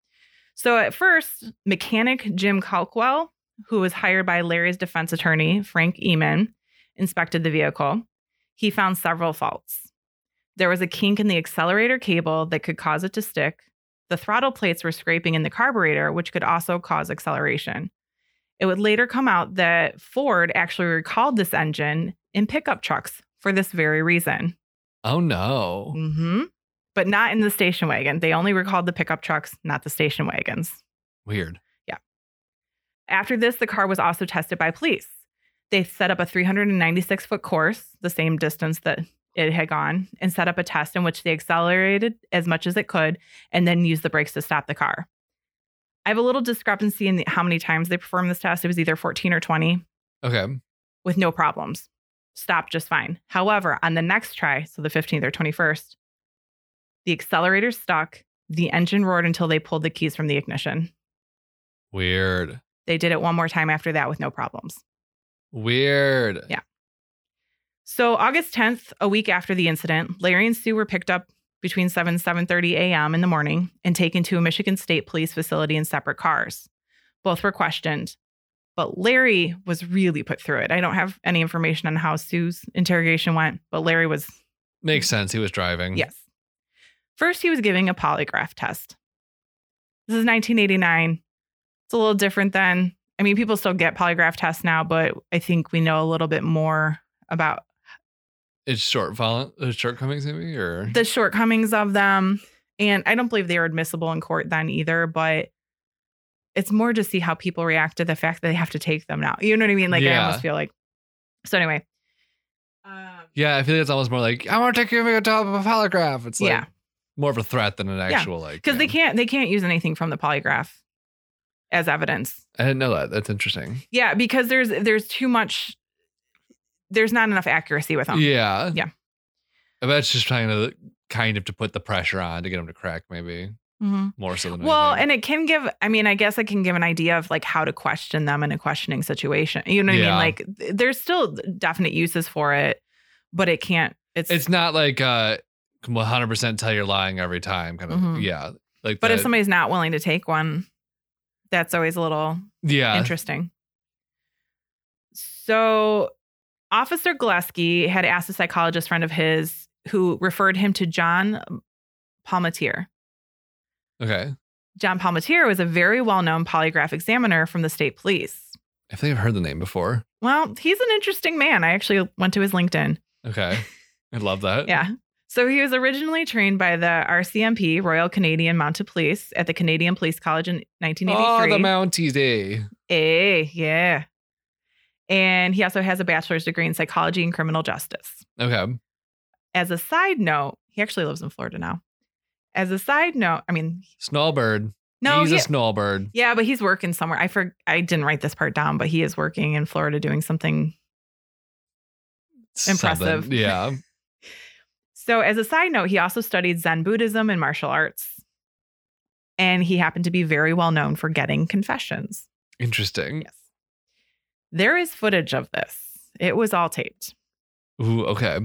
Speaker 2: So at first, mechanic Jim Calkwell, who was hired by Larry's defense attorney, Frank Eman, inspected the vehicle. He found several faults. There was a kink in the accelerator cable that could cause it to stick. The throttle plates were scraping in the carburetor, which could also cause acceleration. It would later come out that Ford actually recalled this engine in pickup trucks for this very reason.
Speaker 1: Oh no.
Speaker 2: hmm But not in the station wagon. They only recalled the pickup trucks, not the station wagons.
Speaker 1: Weird.
Speaker 2: After this, the car was also tested by police. They set up a 396 foot course, the same distance that it had gone, and set up a test in which they accelerated as much as it could and then used the brakes to stop the car. I have a little discrepancy in the, how many times they performed this test. It was either 14 or 20
Speaker 1: Okay.
Speaker 2: with no problems. Stopped just fine. However, on the next try, so the 15th or 21st, the accelerator stuck. The engine roared until they pulled the keys from the ignition.
Speaker 1: Weird.
Speaker 2: They did it one more time after that with no problems.
Speaker 1: Weird.
Speaker 2: Yeah. So August 10th, a week after the incident, Larry and Sue were picked up between 7 and 7:30 a.m. in the morning and taken to a Michigan State Police facility in separate cars. Both were questioned, but Larry was really put through it. I don't have any information on how Sue's interrogation went, but Larry was
Speaker 1: Makes sense. He was driving.
Speaker 2: yes. First, he was giving a polygraph test. This is 1989. It's a little different than I mean, people still get polygraph tests now, but I think we know a little bit more about
Speaker 1: It's shortfall uh, shortcomings maybe or
Speaker 2: the shortcomings of them. And I don't believe they were admissible in court then either, but it's more to see how people react to the fact that they have to take them now. You know what I mean? Like, I
Speaker 1: Yeah.
Speaker 2: almost feel like. So, anyway. Um,
Speaker 1: Yeah, I feel like it's almost more like I want to take you to a top of a polygraph. It's like
Speaker 2: Yeah.
Speaker 1: more of a threat than an actual like.
Speaker 2: Because they
Speaker 1: yeah.
Speaker 2: can't, they can't use anything from the polygraph as evidence.
Speaker 1: I didn't know that. That's interesting.
Speaker 2: Yeah, because there's there's too much. There's not enough accuracy with them.
Speaker 1: Yeah.
Speaker 2: Yeah.
Speaker 1: I bet it's just trying to kind of to put the pressure on to get him to crack, maybe.
Speaker 2: Mhm.
Speaker 1: more so than
Speaker 2: Well,
Speaker 1: anything.
Speaker 2: and it can give, I mean, I guess it can give an idea of like how to question them in a questioning situation. You know what
Speaker 1: Yeah.
Speaker 2: I mean? Like th- there's still definite uses for it, but it can't, it's,
Speaker 1: it's not like uh 100% tell you're lying every time kind of
Speaker 2: Mhm.
Speaker 1: yeah like
Speaker 2: but
Speaker 1: the,
Speaker 2: if somebody's not willing to take one, that's always a little
Speaker 1: yeah
Speaker 2: Interesting. So, Officer Gillespie had asked a psychologist friend of his who referred him to John Palmatier.
Speaker 1: okay
Speaker 2: John Palmatier was a very well known polygraph examiner from the state police.
Speaker 1: i think i've heard the name before
Speaker 2: Well, he's an interesting man. I actually went to his LinkedIn.
Speaker 1: Uh-huh. okay i love that
Speaker 2: Yeah. So he was originally trained by the RCMP, Royal Canadian Mounted Police, at the Canadian Police College in
Speaker 1: oh
Speaker 2: 1983.
Speaker 1: the mounties eh?
Speaker 2: Eh, yeah. And he also has a bachelor's degree in psychology and criminal justice.
Speaker 1: okay
Speaker 2: As a side note, he actually lives in Florida now. As a side note, I mean,
Speaker 1: snowbird
Speaker 2: no,
Speaker 1: he's
Speaker 2: he-
Speaker 1: a snowbird
Speaker 2: yeah, but he's working somewhere. I for, I didn't write this part down, but he is working in Florida doing something. Impressive.
Speaker 1: Something. yeah
Speaker 2: So, as a side note, he also studied Zen Buddhism and martial arts. And he happened to be very well known for getting confessions.
Speaker 1: interesting
Speaker 2: Yes. There is footage of this. It was all taped.
Speaker 1: Ooh, okay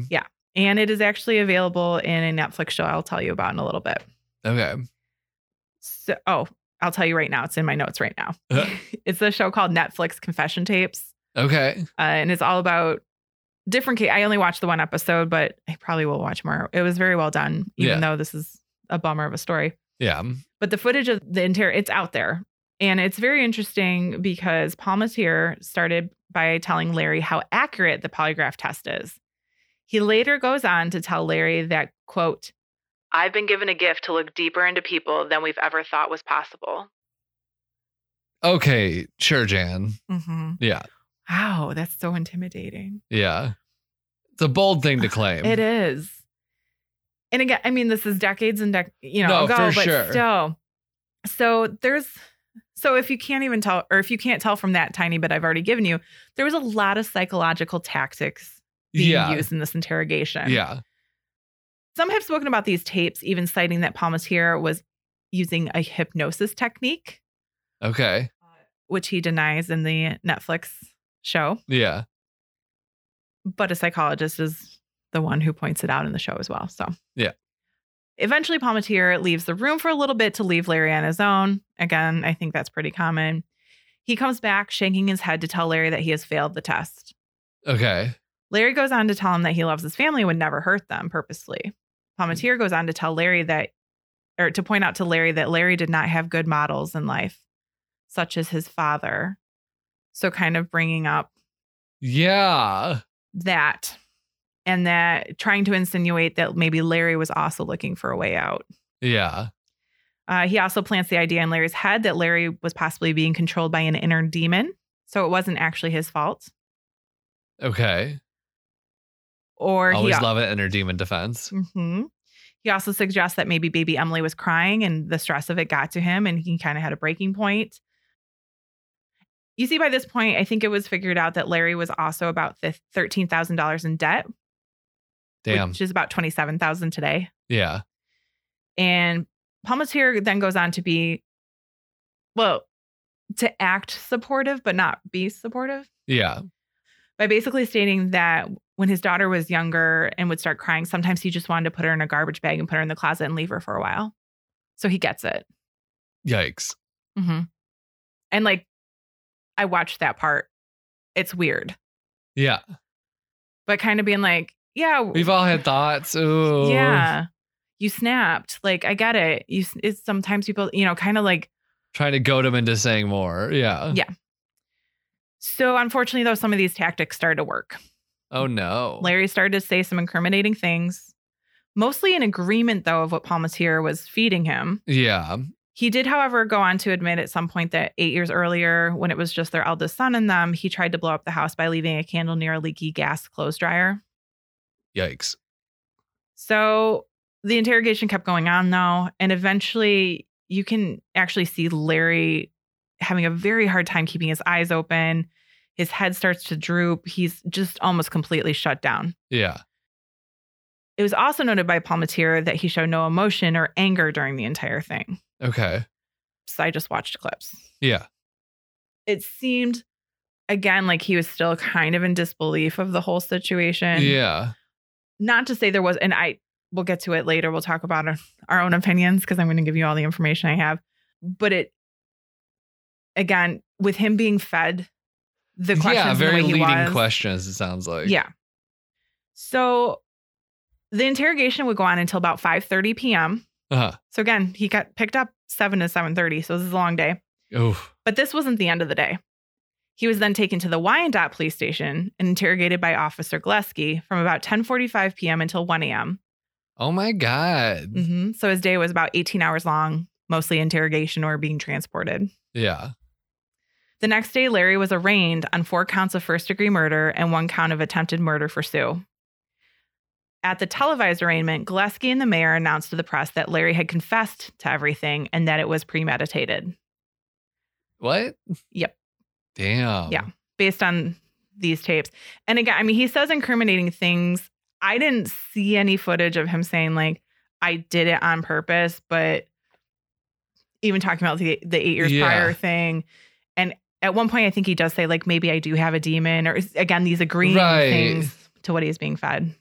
Speaker 2: And it is actually available in a Netflix show I'll tell you about in a little bit.
Speaker 1: okay
Speaker 2: So, oh, I'll tell you right now. It's in my notes right now.
Speaker 1: Uh.
Speaker 2: it's a show called Netflix Confession Tapes,
Speaker 1: okay
Speaker 2: uh, and it's all about different. Ca- I only watched the one episode, but I probably will watch more. It was very well done, even
Speaker 1: Yeah.
Speaker 2: though this is a bummer of a story.
Speaker 1: yeah
Speaker 2: But the footage of the entire it's out there, and it's very interesting because Palmatier started by telling Larry how accurate the polygraph test is. He later goes on to tell Larry that quote. I've been given a gift to look deeper into people than we've ever thought was possible.
Speaker 1: okay sure jan
Speaker 2: Mm-hmm.
Speaker 1: yeah
Speaker 2: Wow, that's so intimidating.
Speaker 1: yeah it's a bold thing to claim
Speaker 2: It is. And again, I mean, this is decades and dec- you know
Speaker 1: No,
Speaker 2: ago,
Speaker 1: for
Speaker 2: but
Speaker 1: sure.
Speaker 2: still. So there's, so if you can't even tell, or if you can't tell from that tiny bit I've already given you, there was a lot of psychological tactics being
Speaker 1: yeah
Speaker 2: used in this interrogation.
Speaker 1: yeah
Speaker 2: Some have spoken about these tapes, even citing that Palmatier was using a hypnosis technique, uh,
Speaker 1: okay
Speaker 2: which he denies in the Netflix show.
Speaker 1: yeah
Speaker 2: but a psychologist is the one who points it out in the show as well. So
Speaker 1: Yeah.
Speaker 2: Eventually, Palmatier leaves the room for a little bit to leave Larry on his own. Again, I think that's pretty common. He comes back shaking his head to tell Larry that he has failed the test.
Speaker 1: okay
Speaker 2: Larry goes on to tell him that he loves his family and would never hurt them purposely. Palmatier goes on to tell Larry that, or to point out to Larry that Larry did not have good models in life, such as his father. So, kind of bringing up
Speaker 1: yeah
Speaker 2: that and that trying to insinuate that maybe Larry was also looking for a way out.
Speaker 1: yeah
Speaker 2: Uh, he also plants the idea in Larry's head that Larry was possibly being controlled by an inner demon. So it wasn't actually his fault.
Speaker 1: okay
Speaker 2: Or
Speaker 1: Always
Speaker 2: he,
Speaker 1: love it in her demon defense.
Speaker 2: Mhm. he also suggests that maybe baby Emily was crying and the stress of it got to him and he kind of had a breaking point. You see, by this point, I think it was figured out that Larry was also about th- $13,000 in debt,
Speaker 1: Damn.
Speaker 2: which is about 27000 today.
Speaker 1: yeah.
Speaker 2: And Palmatier then goes on to be, well, to act supportive, but not be supportive
Speaker 1: Yeah.
Speaker 2: by basically stating that when his daughter was younger and would start crying, sometimes he just wanted to put her in a garbage bag and put her in the closet and leave her for a while. So he gets it.
Speaker 1: Yikes.
Speaker 2: Mm-hmm. And like, I watched that part. It's weird,
Speaker 1: Yeah.
Speaker 2: but kind of being like, yeah,
Speaker 1: We've all had thoughts. Ooh.
Speaker 2: yeah, you snapped. Like, I get it. You, s- it's sometimes people, you know, kind of like
Speaker 1: Trying to goad him into saying more. Yeah.
Speaker 2: Yeah. So, unfortunately, though, some of these tactics started to work.
Speaker 1: Oh no.
Speaker 2: Larry started to say some incriminating things, mostly in agreement, though, of what Palmatier was feeding him.
Speaker 1: yeah.
Speaker 2: He did, however, go on to admit at some point that eight years earlier, when it was just their eldest son and them, he tried to blow up the house by leaving a candle near a leaky gas clothes dryer.
Speaker 1: Yikes.
Speaker 2: So the interrogation kept going on, though, and eventually you can actually see Larry having a very hard time keeping his eyes open. His head starts to droop. He's just almost completely shut down.
Speaker 1: Yeah.
Speaker 2: It was also noted by Palmatier that he showed no emotion or anger during the entire thing.
Speaker 1: Okay.
Speaker 2: So I just watched clips.
Speaker 1: Yeah.
Speaker 2: It seemed, again, like he was still kind of in disbelief of the whole situation.
Speaker 1: yeah.
Speaker 2: Not to say there was, and I we'll get to it later. We'll talk about our- our own opinions because I'm going to give you all the information I have. But it, again, with him being fed the questions,
Speaker 1: yeah.
Speaker 2: and the
Speaker 1: Very
Speaker 2: way he
Speaker 1: leading
Speaker 2: was,
Speaker 1: questions. It sounds like.
Speaker 2: yeah. So the interrogation would go on until about 5:30 p.m.
Speaker 1: Uh-huh.
Speaker 2: So again, he got picked up 7 to 7:30, so this is a long day.
Speaker 1: Oof.
Speaker 2: But this wasn't the end of the day. He was then taken to the Wyandotte police station and interrogated by Officer Gillespie from about 10:45 p.m. until 1 a.m.
Speaker 1: Oh my god.
Speaker 2: hmm So his day was about 18 hours long, mostly interrogation or being transported.
Speaker 1: Yeah.
Speaker 2: The next day, Larry was arraigned on four counts of first degree murder and one count of attempted murder for Sue. At the televised arraignment, Gillespie and the mayor announced to the press that Larry had confessed to everything and that it was premeditated.
Speaker 1: What?
Speaker 2: Yep.
Speaker 1: Damn.
Speaker 2: Yeah. based on these tapes. And again, I mean, he says incriminating things. I didn't see any footage of him saying like I did it on purpose, but even talking about the the eight years
Speaker 1: Yeah.
Speaker 2: prior thing, and at one point I think he does say like maybe I do have a demon, or again these agreeing
Speaker 1: Right.
Speaker 2: things to what he's being fed.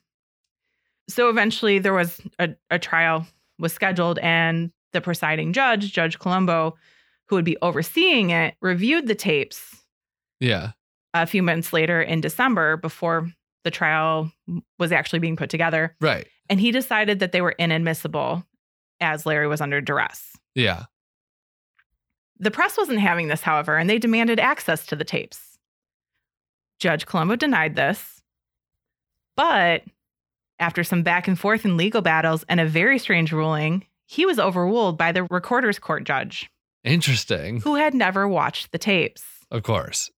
Speaker 2: So eventually there was a, a trial was scheduled, and the presiding judge, Judge Colombo, who would be overseeing it, reviewed the tapes
Speaker 1: Yeah.
Speaker 2: a few months later in December before the trial was actually being put together.
Speaker 1: Right.
Speaker 2: And he decided that they were inadmissible as Larry was under duress.
Speaker 1: Yeah.
Speaker 2: The press wasn't having this, however, and they demanded access to the tapes. Judge Colombo denied this. But after some back and forth in legal battles and a very strange ruling, he was overruled by the recorder's court judge,
Speaker 1: Interesting.
Speaker 2: who had never watched the tapes.
Speaker 1: Of course.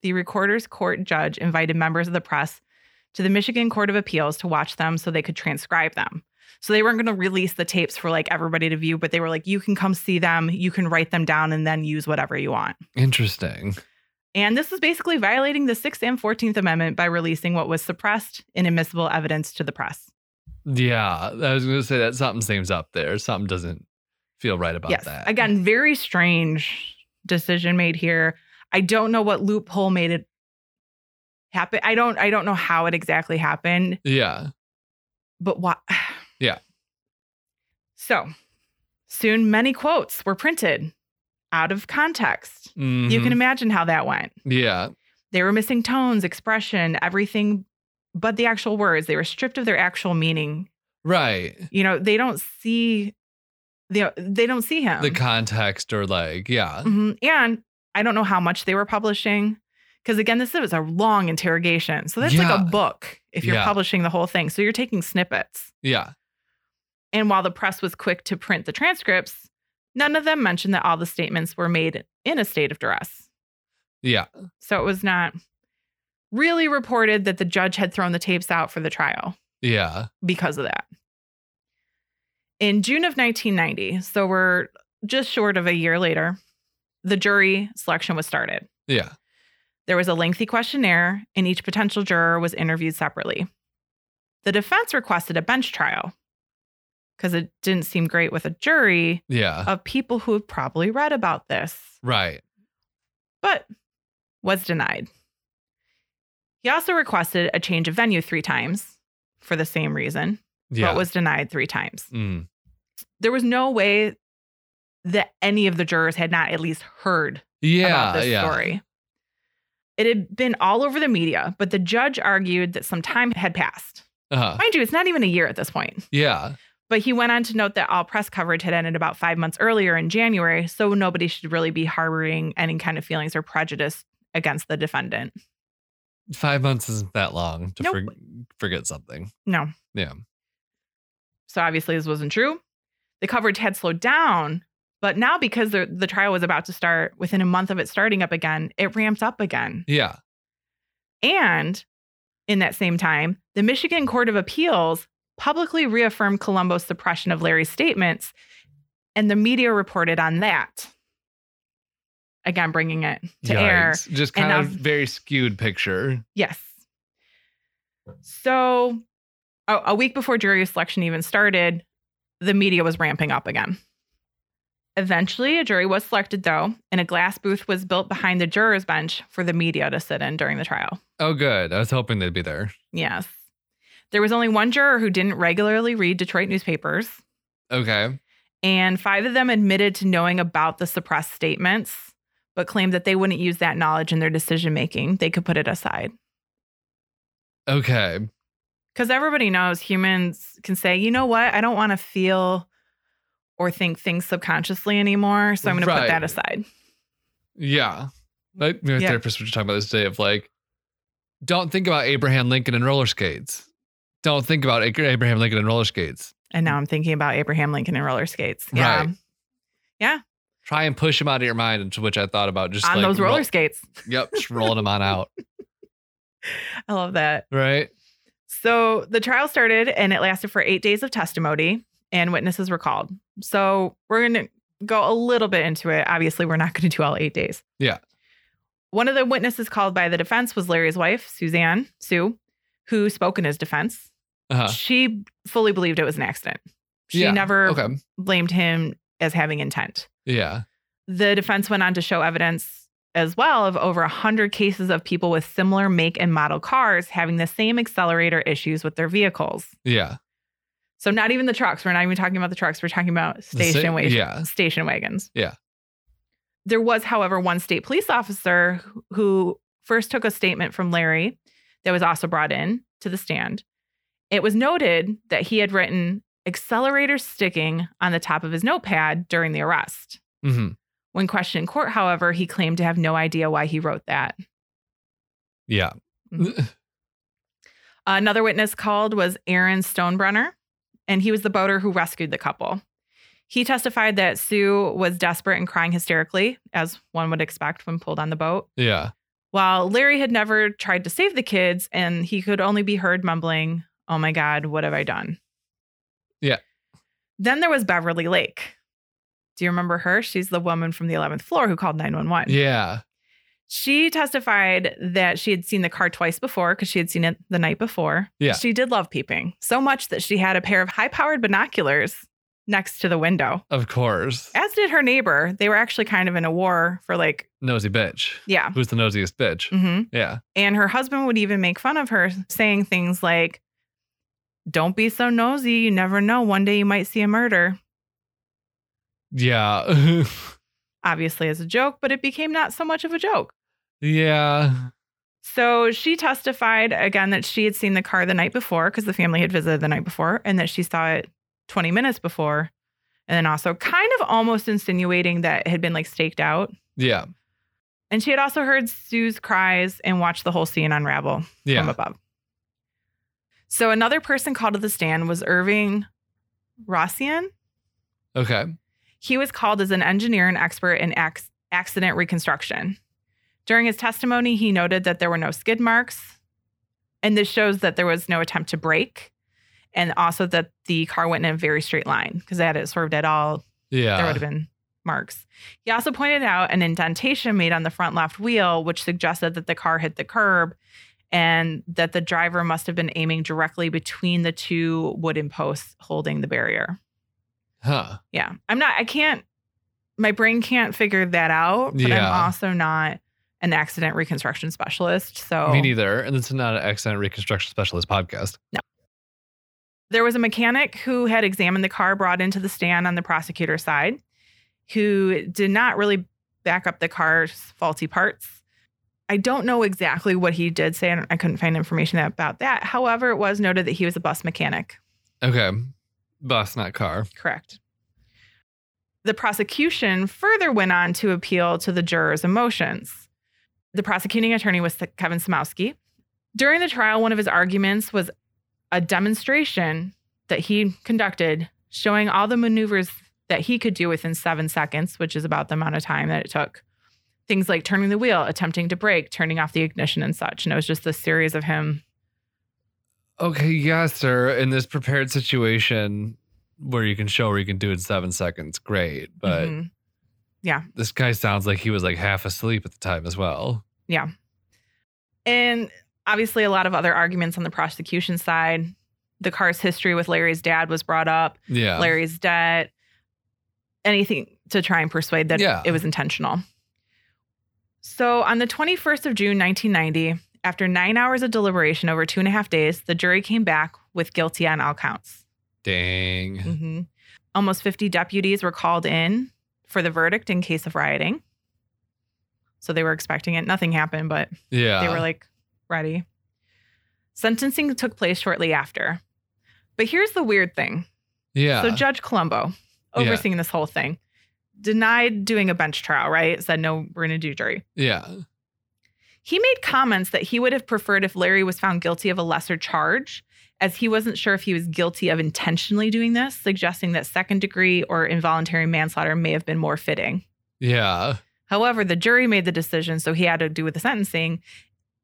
Speaker 2: the recorder's court judge invited members of the press to the Michigan Court of Appeals to watch them so they could transcribe them. So they weren't going to release the tapes for like everybody to view, but they were like, you can come see them, you can write them down, and then use whatever you want.
Speaker 1: Interesting.
Speaker 2: And this is basically violating the Sixth and Fourteenth Amendment by releasing what was suppressed inadmissible evidence to the press.
Speaker 1: Yeah. I was gonna say that something seems up there. Something doesn't feel right about
Speaker 2: yes.
Speaker 1: that.
Speaker 2: Again, very strange decision made here. I don't know what loophole made it happen. I don't I don't know how it exactly happened.
Speaker 1: Yeah.
Speaker 2: but why?
Speaker 1: Yeah.
Speaker 2: So soon, many quotes were printed out of context. You
Speaker 1: Mhm.
Speaker 2: can imagine how that went.
Speaker 1: Mm-hmm. Yeah.
Speaker 2: They were missing tones, expression, everything but the actual words. They were stripped of their actual meaning.
Speaker 1: Right.
Speaker 2: You know, they don't see they, they don't see him.
Speaker 1: the context or like yeah
Speaker 2: Mhm. And I don't know how much they were publishing. Because again, this was a long interrogation. So that's like a
Speaker 1: Yeah.
Speaker 2: book if you're
Speaker 1: Yeah.
Speaker 2: publishing the whole thing. So you're taking snippets.
Speaker 1: yeah
Speaker 2: And while the press was quick to print the transcripts, none of them mentioned that all the statements were made in a state of duress.
Speaker 1: yeah
Speaker 2: So it was not really reported that the judge had thrown the tapes out for the trial
Speaker 1: yeah
Speaker 2: because of that. In June of 1990, so we're just short of a year later, the jury selection was started.
Speaker 1: yeah
Speaker 2: There was a lengthy questionnaire, and each potential juror was interviewed separately. The defense requested a bench trial because it didn't seem great with a jury
Speaker 1: yeah
Speaker 2: of people who have probably read about this,
Speaker 1: right
Speaker 2: but was denied. He also requested a change of venue three times for the same reason,
Speaker 1: yeah
Speaker 2: but was denied three times.
Speaker 1: Mm.
Speaker 2: There was no way that any of the jurors had not at least heard
Speaker 1: yeah
Speaker 2: about this
Speaker 1: yeah
Speaker 2: story. It had been all over the media, but the judge argued that some time had passed.
Speaker 1: uh-huh.
Speaker 2: Mind you, it's not even a year at this point.
Speaker 1: yeah
Speaker 2: But he went on to note that all press coverage had ended about five months earlier in January, so nobody should really be harboring any kind of feelings or prejudice against the defendant.
Speaker 1: five months isn't that long to
Speaker 2: Nope.
Speaker 1: for- forget something
Speaker 2: No.
Speaker 1: yeah
Speaker 2: So obviously, this wasn't true. The coverage had slowed down, but now because the, the trial was about to start, within a month of it starting up again, it ramped up again.
Speaker 1: yeah
Speaker 2: And in that same time, the Michigan Court of Appeals publicly reaffirmed Colombo's suppression of Larry's statements, and the media reported on that. Again, bringing it to air.
Speaker 1: Yikes. just
Speaker 2: And
Speaker 1: kind of
Speaker 2: I've-
Speaker 1: very skewed picture
Speaker 2: Yes. So a, a week before jury selection even started, the media was ramping up again. Eventually, a jury was selected, though, and a glass booth was built behind the juror's bench for the media to sit in during the trial.
Speaker 1: Oh, good. I was hoping they'd be there.
Speaker 2: Yes. There was only one juror who didn't regularly read Detroit newspapers,
Speaker 1: Okay.
Speaker 2: and five of them admitted to knowing about the suppressed statements, but claimed that they wouldn't use that knowledge in their decision making. They could put it aside.
Speaker 1: Okay.
Speaker 2: Because everybody knows humans can say, you know what? I don't want to feel or think things subconsciously anymore. So I'm going to
Speaker 1: Right.
Speaker 2: put that aside.
Speaker 1: Yeah. Like my
Speaker 2: Yeah.
Speaker 1: therapist was just talking about this today of like, don't think about Abraham Lincoln and roller skates. Don't think about Ac- Abraham Lincoln and roller skates.
Speaker 2: And now I'm thinking about Abraham Lincoln and roller skates. Yeah.
Speaker 1: Right. Try and push him out of your mind, into which I thought about just
Speaker 2: On
Speaker 1: like
Speaker 2: those roller
Speaker 1: roll-
Speaker 2: skates.
Speaker 1: Yep, just rolling them on out.
Speaker 2: I love that.
Speaker 1: Right.
Speaker 2: So the trial started and it lasted for eight days of testimony, and witnesses were called. So we're going to go a little bit into it. Obviously, we're not going to do all eight days.
Speaker 1: Yeah.
Speaker 2: One of the witnesses called by the defense was Larry's wife, Suzanne Sue, who spoke in his defense.
Speaker 1: Uh-huh.
Speaker 2: She fully believed it was an accident. She
Speaker 1: Yeah,
Speaker 2: never
Speaker 1: Okay.
Speaker 2: blamed him as having intent.
Speaker 1: Yeah.
Speaker 2: The defense went on to show evidence as well of over 100 cases of people with similar make and model cars having the same accelerator issues with their vehicles.
Speaker 1: Yeah.
Speaker 2: So not even the trucks. We're not even talking about the trucks. We're talking about
Speaker 1: The sa-
Speaker 2: station wagons.
Speaker 1: Yeah.
Speaker 2: Station wagons.
Speaker 1: Yeah.
Speaker 2: There was, however, one state police officer who- who first took a statement from Larry that was also brought in to the stand. It was noted that he had written accelerator sticking on the top of his notepad during the arrest.
Speaker 1: hmm
Speaker 2: When questioned in court, however, he claimed to have no idea why he wrote that.
Speaker 1: Yeah.
Speaker 2: Another witness called was Aaron Stonebrenner, and he was the boater who rescued the couple. He testified that Sue was desperate and crying hysterically, as one would expect when pulled on the boat,
Speaker 1: Yeah.
Speaker 2: while Larry had never tried to save the kids and he could only be heard mumbling, Oh my God, what have I done?
Speaker 1: Yeah.
Speaker 2: Then there was Beverly Lake. Do you remember her? She's the woman from the 11th floor who called 911.
Speaker 1: Yeah.
Speaker 2: She testified that she had seen the car twice before because she had seen it the night before.
Speaker 1: Yeah.
Speaker 2: She did love peeping so much that she had a pair of high powered binoculars next to the window,
Speaker 1: Of course.
Speaker 2: as did her neighbor. They were actually kind of in a war for like,
Speaker 1: Nosy bitch.
Speaker 2: yeah.
Speaker 1: Who's the nosiest bitch?
Speaker 2: hmm
Speaker 1: Yeah.
Speaker 2: And her husband would even make fun of her, saying things like, Don't be so nosy. You never know. One day you might see a murder.
Speaker 1: Yeah.
Speaker 2: Obviously, as a joke, but it became not so much of a joke.
Speaker 1: yeah.
Speaker 2: So she testified again that she had seen the car the night before because the family had visited the night before and that she saw it 20 minutes before. And then also kind of almost insinuating that it had been like staked out.
Speaker 1: Yeah.
Speaker 2: And she had also heard Sue's cries and watched the whole scene unravel from
Speaker 1: Yeah.
Speaker 2: above. So another person called to the stand was Irving Rossian.
Speaker 1: Okay.
Speaker 2: He was called as an engineer and expert in ac- accident reconstruction. During his testimony, he noted that there were no skid marks, and this shows that there was no attempt to brake, and also that the car went in a very straight line because had it swerved at all, there
Speaker 1: Yeah.
Speaker 2: would have been marks. He also pointed out an indentation made on the front left wheel, which suggested that the car hit the curb and that the driver must have been aiming directly between the two wooden posts holding the barrier.
Speaker 1: Huh.
Speaker 2: Yeah. I'm not, I can't, my brain can't figure that out, but
Speaker 1: Yeah.
Speaker 2: I'm also not an accident reconstruction specialist. So
Speaker 1: Me neither. And it's not an accident reconstruction specialist podcast.
Speaker 2: there was a mechanic who had examined the car brought into the stand on the prosecutor's side who did not really back up the car's faulty parts. I don't know exactly what he did say. I, don't- I couldn't find information about that. However, it was noted that he was a bus mechanic.
Speaker 1: Okay. Bus, not car.
Speaker 2: Correct. The prosecution further went on to appeal to the jurors' emotions. The prosecuting attorney was Kevin Smowski. During the trial, one of his arguments was a demonstration that he conducted showing all the maneuvers that he could do within seven seconds, which is about the amount of time that it took. Things like turning the wheel, attempting to brake, turning off the ignition, and such. And it was just a series of him.
Speaker 1: Okay. Yeah, sir. In this prepared situation where you can show where you can do it in seven seconds, great. But
Speaker 2: Mhm.
Speaker 1: this guy sounds like he was like half asleep at the time as well.
Speaker 2: And obviously, a lot of other arguments on the prosecution side. the car's history with Larry's dad was brought up,
Speaker 1: Yeah.
Speaker 2: Larry's debt, anything to try and persuade that
Speaker 1: Yeah.
Speaker 2: it was intentional. So on the 21st of June, 1990, after nine hours of deliberation over two and a half days, the jury came back with guilty on all counts.
Speaker 1: Dang.
Speaker 2: hmm Almost 50 deputies were called in for the verdict in case of rioting. So they were expecting it. Nothing happened, but
Speaker 1: Yeah.
Speaker 2: they were like ready. Sentencing took place shortly after. But here's the weird thing.
Speaker 1: yeah.
Speaker 2: So Judge Colombo,
Speaker 1: Uh-huh. Yeah.
Speaker 2: overseeing this whole thing, denied doing a bench trial, right? Said no, we're going to do jury.
Speaker 1: yeah.
Speaker 2: He made comments that he would have preferred if Larry was found guilty of a lesser charge, as he wasn't sure if he was guilty of intentionally doing this, suggesting that second degree or involuntary manslaughter may have been more fitting.
Speaker 1: Yeah.
Speaker 2: However, the jury made the decision, so he had to do with the sentencing.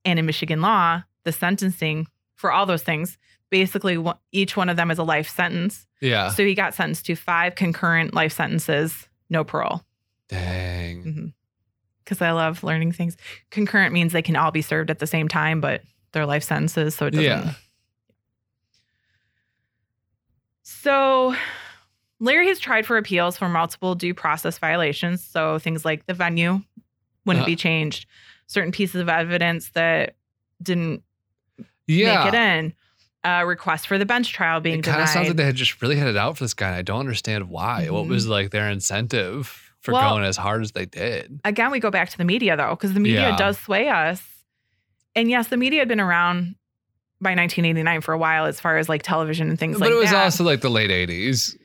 Speaker 2: And in Michigan law, the sentencing for all those things, basically one- each one of them is a life sentence.
Speaker 1: Yeah.
Speaker 2: So he got sentenced to five concurrent life sentences, no parole.
Speaker 1: Dang.
Speaker 2: Because I love learning things. Concurrent means they can all be served at the same time, but they're life sentences, so it doesn't.
Speaker 1: Yeah.
Speaker 2: So Larry has tried for appeals for multiple due process violations. So things like the venue wouldn't
Speaker 1: Uh-huh.
Speaker 2: be changed, certain pieces of evidence that didn't
Speaker 1: Yeah.
Speaker 2: make it in, uh, request for the bench trial being
Speaker 1: It kind
Speaker 2: denied.
Speaker 1: of sounds like they had just really had it out for this guy. And I don't understand why. What
Speaker 2: Mhm.
Speaker 1: was like their incentive for
Speaker 2: Well-
Speaker 1: going as hard as they did?
Speaker 2: Again, we go back to the media though, because the media
Speaker 1: Yeah.
Speaker 2: does sway us. And yes, the media had been around by 1989 for a while as far as like television and things
Speaker 1: But
Speaker 2: like
Speaker 1: it was
Speaker 2: that.
Speaker 1: also like the late 80s.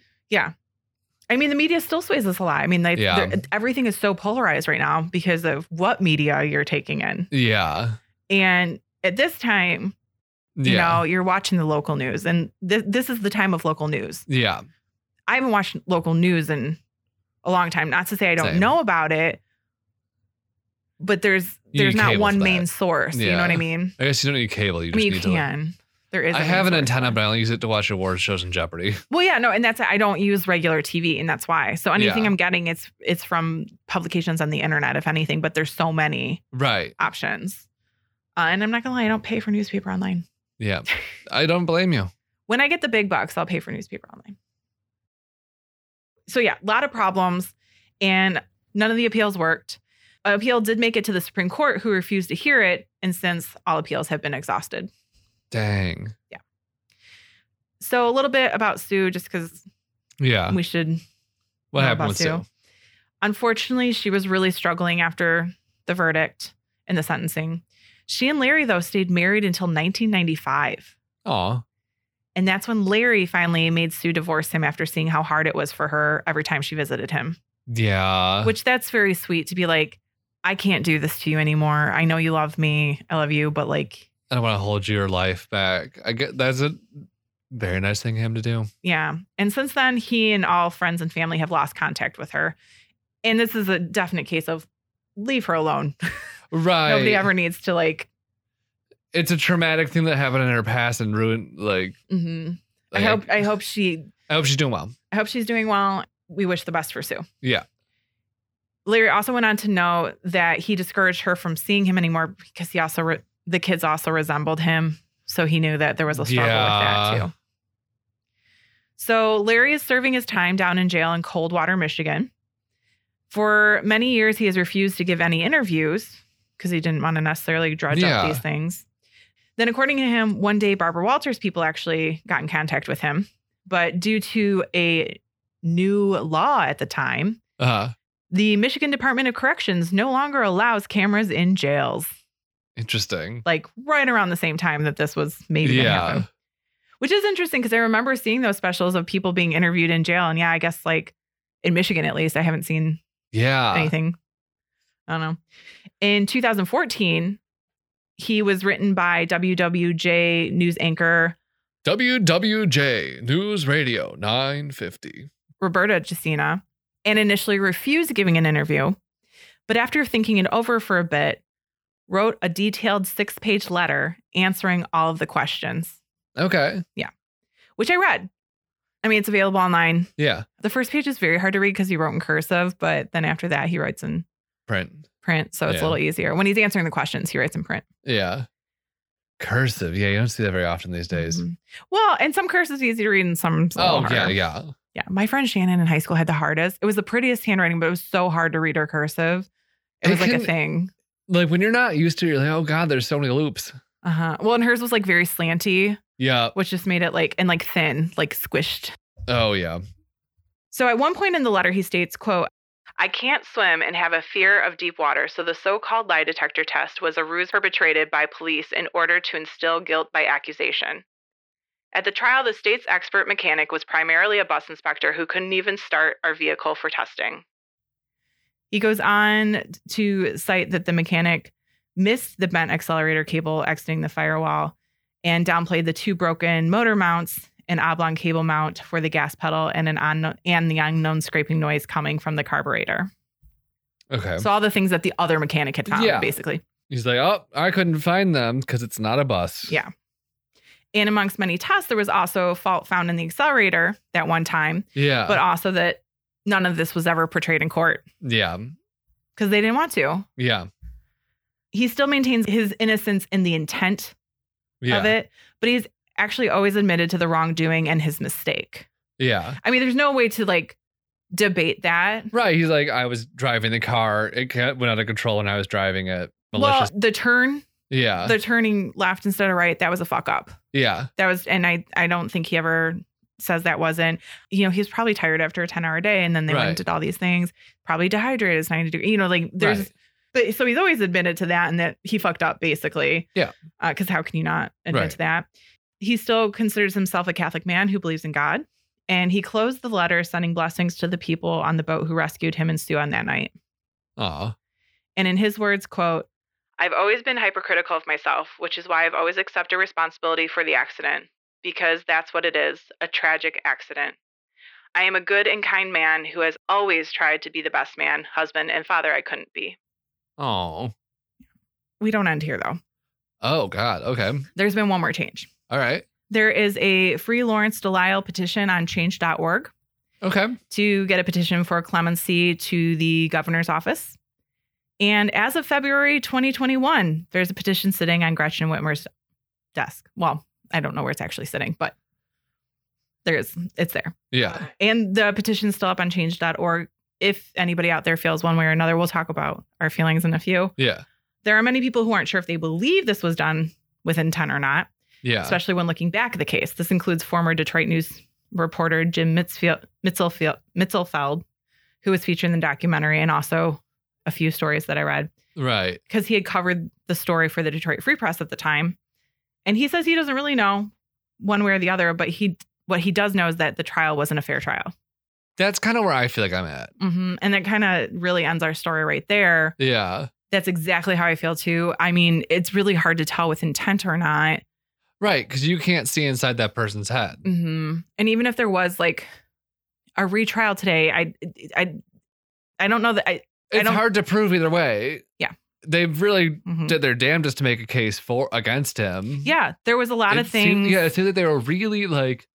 Speaker 2: I mean, the media still sways us a lot. I mean, they,
Speaker 1: Yeah.
Speaker 2: they're- everything is so polarized right now because of what media you're taking in.
Speaker 1: Yeah.
Speaker 2: And at this time, you
Speaker 1: Yeah.
Speaker 2: know, you're watching the local news, and th- this is the time of local news.
Speaker 1: yeah.
Speaker 2: I haven't watched local news in a long time. Not to say I don't
Speaker 1: Same.
Speaker 2: know about it, but there's
Speaker 1: You
Speaker 2: there's
Speaker 1: need
Speaker 2: not
Speaker 1: cable
Speaker 2: one
Speaker 1: for
Speaker 2: main
Speaker 1: that.
Speaker 2: source. You know
Speaker 1: Yeah.
Speaker 2: what I mean?
Speaker 1: I guess you don't need cable. You
Speaker 2: I
Speaker 1: just
Speaker 2: mean, you
Speaker 1: need to. Like,
Speaker 2: can. there is.
Speaker 1: I
Speaker 2: a
Speaker 1: have an
Speaker 2: main source.
Speaker 1: antenna, but I only use it to watch award shows and Jeopardy.
Speaker 2: Well, yeah, no, and that's I don't use regular TV, and that's why. So anything
Speaker 1: Yeah.
Speaker 2: I'm getting, it's it's from publications on the internet, if anything. But there's so many
Speaker 1: Right.
Speaker 2: options, uh, and I'm not gonna lie, I don't pay for newspaper online.
Speaker 1: Yeah. I don't blame you.
Speaker 2: When I get the big bucks, I'll pay for newspaper online. So yeah, a lot of problems, and none of the appeals worked. An appeal did make it to the Supreme Court, who refused to hear it, and since all appeals have been exhausted.
Speaker 1: Dang.
Speaker 2: So a little bit about Sue, just because
Speaker 1: Yeah.
Speaker 2: we should
Speaker 1: What
Speaker 2: know
Speaker 1: happened
Speaker 2: about
Speaker 1: with Sue?
Speaker 2: Unfortunately, she was really struggling after the verdict and the sentencing. She and Larry, though, stayed married until 1995.
Speaker 1: Aw.
Speaker 2: And that's when Larry finally made Sue divorce him after seeing how hard it was for her every time she visited him,
Speaker 1: Yeah.
Speaker 2: which that's very sweet to be like, I can't do this to you anymore. I know you love me. I love you, but like,
Speaker 1: I don't want to hold your life back. I get that's a very nice thing of him to do.
Speaker 2: yeah. And since then, he and all friends and family have lost contact with her. And this is a definite case of leave her alone.
Speaker 1: Right.
Speaker 2: Nobody ever needs to like
Speaker 1: It's a traumatic thing that happened in her past and ruined like.
Speaker 2: hmm I
Speaker 1: like,
Speaker 2: hope I hope she
Speaker 1: I hope she's doing well.
Speaker 2: I hope she's doing well. We wish the best for Sue.
Speaker 1: Yeah.
Speaker 2: Larry also went on to note that he discouraged her from seeing him anymore because he also re- the kids also resembled him, so he knew that there was a struggle with
Speaker 1: Yeah.
Speaker 2: that too. So Larry is serving his time down in jail in Coldwater, Michigan. For many years, he has refused to give any interviews because he didn't want to necessarily drudge
Speaker 1: Yeah.
Speaker 2: up these things. Then, according to him, one day Barbara Walters people actually got in contact with him, but due to a new law at the time,
Speaker 1: Uh,
Speaker 2: the Michigan Department of Corrections no longer allows cameras in jails.
Speaker 1: interesting.
Speaker 2: Like right around the same time that this was maybe gonna
Speaker 1: Yeah.
Speaker 2: happen. which is interesting because I remember seeing those specials of people being interviewed in jail, and yeah, I guess like in Michigan at least, I haven't seen
Speaker 1: Yeah.
Speaker 2: anything. I don't know. In 2014, he was written by WWJ news anchor
Speaker 1: WWJ News Radio 950.
Speaker 2: Roberta Jacina and initially refused giving an interview. But after thinking it over for a bit, wrote a detailed six page letter answering all of the questions,
Speaker 1: Okay.
Speaker 2: which I read. I mean, it's available online.
Speaker 1: Yeah.
Speaker 2: The first page is very hard to read because he wrote in cursive, but then after that, he writes in
Speaker 1: Print.
Speaker 2: print. So it's
Speaker 1: Yeah.
Speaker 2: a little easier. When he's answering the questions, he writes in print.
Speaker 1: Yeah. Cursive. Yeah, you don't see that very often these days.
Speaker 2: Mhm. Well, and some cursive's easy to read and some.
Speaker 1: Oh,
Speaker 2: harder.
Speaker 1: yeah, yeah.
Speaker 2: Yeah, my friend Shannon in high school had the hardest. It was the prettiest handwriting, but it was so hard to read her cursive. It
Speaker 1: It
Speaker 2: was like a
Speaker 1: can-
Speaker 2: thing.
Speaker 1: Like when you're not used to it, you're like, oh God, there's so many loops.
Speaker 2: Uh huh. Well, and hers was like very slanty,
Speaker 1: Yeah.
Speaker 2: which just made it like and like thin, like squished.
Speaker 1: Oh, yeah.
Speaker 2: So at one point in the letter, he states, "quote I can't swim and have a fear of deep water, so the so-called lie detector test was a ruse perpetrated by police in order to instill guilt by accusation." At the trial, the state's expert mechanic was primarily a bus inspector who couldn't even start our vehicle for testing. He goes on to cite that the mechanic missed the bent accelerator cable exiting the firewall and downplayed the two broken motor mounts, an oblong cable mount for the gas pedal, and an unknown and the unknown scraping noise coming from the carburetor.
Speaker 1: Okay.
Speaker 2: So all the things that the other mechanic had found,
Speaker 1: Yeah.
Speaker 2: basically.
Speaker 1: He's like, oh, I couldn't find them because it's not a bus.
Speaker 2: Yeah. And amongst many tests, there was also fault found in the accelerator that one time,
Speaker 1: Yeah.
Speaker 2: but also that none of this was ever portrayed in court
Speaker 1: yeah.
Speaker 2: because they didn't want to.
Speaker 1: Yeah.
Speaker 2: He still maintains his innocence in the intent
Speaker 1: Yeah.
Speaker 2: of it, but he's actually always admitted to the wrongdoing and his mistake.
Speaker 1: Yeah.
Speaker 2: I mean, there's no way to like debate that.
Speaker 1: Right. He's like, I was driving the car. It ca- went out of control when I was driving it.
Speaker 2: Well,
Speaker 1: Malicious.
Speaker 2: the turn,
Speaker 1: yeah.
Speaker 2: the turning left instead of right, that was a fuck up.
Speaker 1: yeah.
Speaker 2: That was, and I, I don't think he ever says that wasn't. You know, he was probably tired after a 10 hour day, and then they went
Speaker 1: Right.
Speaker 2: and did all these things. Probably dehydrated, it's 90 degrees. You know, like there's,
Speaker 1: Right.
Speaker 2: but so he's always admitted to that and that he fucked up basically.
Speaker 1: Yeah.
Speaker 2: Because how can you not admit
Speaker 1: Right.
Speaker 2: to that? He still considers himself a Catholic man who believes in God. And he closed the letter sending blessings to the people on the boat who rescued him and Sue on that night.
Speaker 1: Aw.
Speaker 2: And in his words, quote, I've always been hypercritical of myself, which is why I've always accepted responsibility for the accident, because that's what it is a tragic accident. I am a good and kind man who has always tried to be the best man, husband, and father I couldn't be.
Speaker 1: Oh.
Speaker 2: We don't end here, though.
Speaker 1: Oh, God. Okay.
Speaker 2: There's been one more change.
Speaker 1: All right.
Speaker 2: There is a free Lawrence Delisle petition on change.org
Speaker 1: Okay.
Speaker 2: to get a petition for clemency to the governor's office. And as of February 2021, there's a petition sitting on Gretchen Whitmer's desk. Well, I don't know where it's actually sitting, but there is, it's there.
Speaker 1: Yeah.
Speaker 2: And the petition's still up on change.org. If anybody out there feels one way or another, we'll talk about our feelings in a few.
Speaker 1: Yeah.
Speaker 2: There are many people who aren't sure if they believe this was done with intent or not
Speaker 1: Yeah.
Speaker 2: especially when looking back at the case. This includes former Detroit News reporter Jim Mitzfiel- Mitzelfiel- Mitzelfeld, who was featured in the documentary, and also a few stories that I read
Speaker 1: right.
Speaker 2: because he had covered the story for the Detroit Free Press at the time. And he says he doesn't really know one way or the other, but he what he does know is that the trial wasn't a fair trial.
Speaker 1: That's kind of where I feel like I'm at.
Speaker 2: hmm And that kind of really ends our story right there.
Speaker 1: Yeah.
Speaker 2: That's exactly how I feel too. I mean, it's really hard to tell with intent or not.
Speaker 1: Right. Because you can't see inside that person's head.
Speaker 2: hmm And even if there was like a retrial today, I, I, I don't know that I.
Speaker 1: It's
Speaker 2: don't-
Speaker 1: hard to prove either way.
Speaker 2: Yeah.
Speaker 1: They've really
Speaker 2: mhm.
Speaker 1: did their damnedest to make a case for against him.
Speaker 2: Yeah, there was a lot
Speaker 1: It
Speaker 2: of
Speaker 1: seemed-
Speaker 2: things.
Speaker 1: yeah, it seemed that they were really like.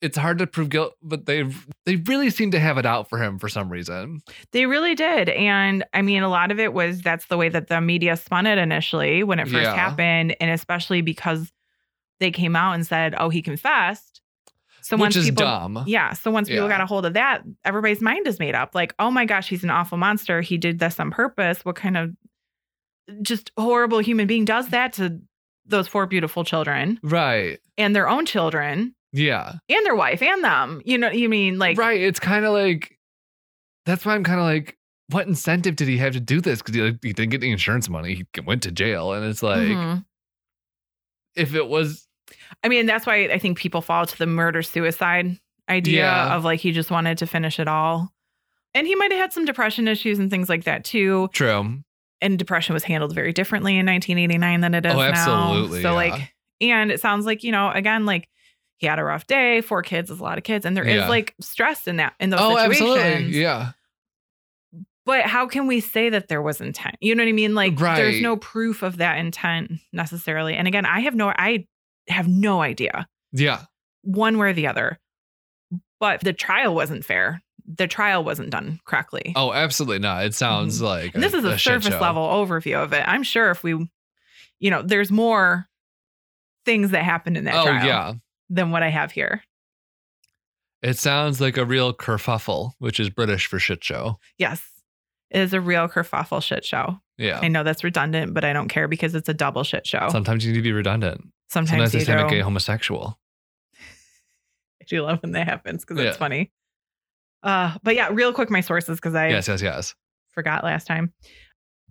Speaker 1: It's hard to prove guilt, but they they really seem to have it out for him for some reason.
Speaker 2: They really did, and I mean, a lot of it was that's the way that the media spun it initially when it first
Speaker 1: Yeah.
Speaker 2: happened, and especially because they came out and said, "Oh, he confessed." So
Speaker 1: which
Speaker 2: once
Speaker 1: is
Speaker 2: people,
Speaker 1: dumb.
Speaker 2: Yeah. So once people
Speaker 1: Yeah.
Speaker 2: got a hold of that, everybody's mind is made up. Like, oh my gosh, he's an awful monster. He did this on purpose. What kind of just horrible human being does that to those four beautiful children
Speaker 1: Right.
Speaker 2: and their own children
Speaker 1: Yeah.
Speaker 2: and their wife and them? You know, you mean like,
Speaker 1: right. It's kind of like that's why I'm kind of like, what incentive did he have to do this? Because he, like, he didn't get the insurance money. He went to jail, and it's like
Speaker 2: Mhm.
Speaker 1: if it was
Speaker 2: I mean, that's why I think people fall to the murder suicide idea
Speaker 1: Yeah.
Speaker 2: of like he just wanted to finish it all. And he might have had some depression issues and things like that too.
Speaker 1: true.
Speaker 2: and depression was handled very differently in 1989 than it is
Speaker 1: Oh,
Speaker 2: now.
Speaker 1: absolutely,
Speaker 2: So
Speaker 1: yeah.
Speaker 2: like, and it sounds like you know, again, like he had a rough day. Four kids is a lot of kids, and there is
Speaker 1: Yeah.
Speaker 2: like stress in that in those
Speaker 1: Oh,
Speaker 2: situations.
Speaker 1: absolutely. Yeah.
Speaker 2: But how can we say that there was intent? You know what I mean? Like, there's
Speaker 1: Right.
Speaker 2: no proof of that intent necessarily. And again, I have no, I have no idea
Speaker 1: Yeah.
Speaker 2: one way or the other. But the trial wasn't fair. The trial wasn't done correctly.
Speaker 1: Oh, absolutely not. It sounds like
Speaker 2: Mm-hmm. And this is a,
Speaker 1: shit
Speaker 2: surface
Speaker 1: show.
Speaker 2: level overview of it. I'm sure if we, you know, there's more things that happened in that
Speaker 1: oh
Speaker 2: trial
Speaker 1: yeah,
Speaker 2: than what I have here.
Speaker 1: it sounds like a real kerfuffle, which is British for shit show.
Speaker 2: Yes. It is a real kerfuffle shit show.
Speaker 1: Yeah.
Speaker 2: I know that's redundant, but I don't care because it's a double shit show.
Speaker 1: Sometimes you need to be redundant.
Speaker 2: Sometimes,
Speaker 1: Sometimes they
Speaker 2: you
Speaker 1: sound
Speaker 2: do.
Speaker 1: like gay homosexual.
Speaker 2: I do love when that happens because it's
Speaker 1: Yeah.
Speaker 2: funny. Uh, but yeah, real quick, my sources because I
Speaker 1: Yes, yes, yes.
Speaker 2: forgot last time.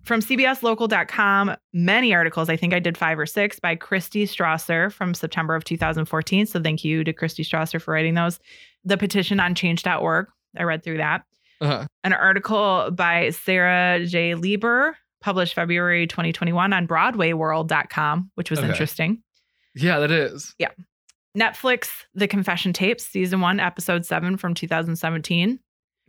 Speaker 2: From CBSLocal.com, many articles. I think I did five or six by Christy Strasser from September of 2014. So thank you to Christy Strasser for writing those. The petition on change.org. I read through that.
Speaker 1: Uh-huh.
Speaker 2: An article by Sarah J. Lieber, published February 2021 on BroadwayWorld.com, which was
Speaker 1: Okay.
Speaker 2: interesting.
Speaker 1: Yeah, that is.
Speaker 2: Netflix, The Confession Tapes, Season 1, Episode 7 from 2017.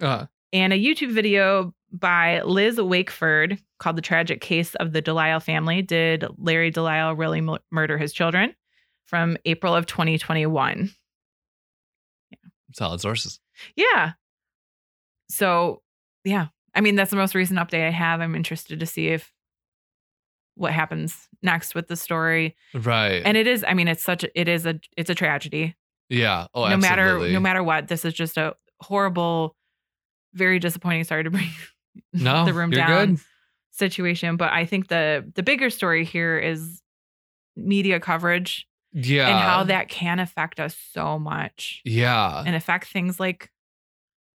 Speaker 1: Uh,
Speaker 2: and a YouTube video by Liz Wakeford called The Tragic Case of the Delisle Family Did Larry Delisle Really Mu- Murder His Children? from April of 2021.
Speaker 1: solid sources.
Speaker 2: Yeah. So, yeah. I mean, that's the most recent update I have. I'm interested to see if what happens next with the story.
Speaker 1: Right.
Speaker 2: And it is, I mean, it's such a, it is a it's a tragedy.
Speaker 1: yeah. Oh,
Speaker 2: no
Speaker 1: absolutely.
Speaker 2: matter no matter what, this is just a horrible very disappointing sorry to bring
Speaker 1: No,
Speaker 2: the room
Speaker 1: Oh, you're
Speaker 2: down.
Speaker 1: good.
Speaker 2: situation but i think the the bigger story here is media coverage
Speaker 1: Yeah.
Speaker 2: and how that can affect us so much
Speaker 1: Yeah.
Speaker 2: and affect things like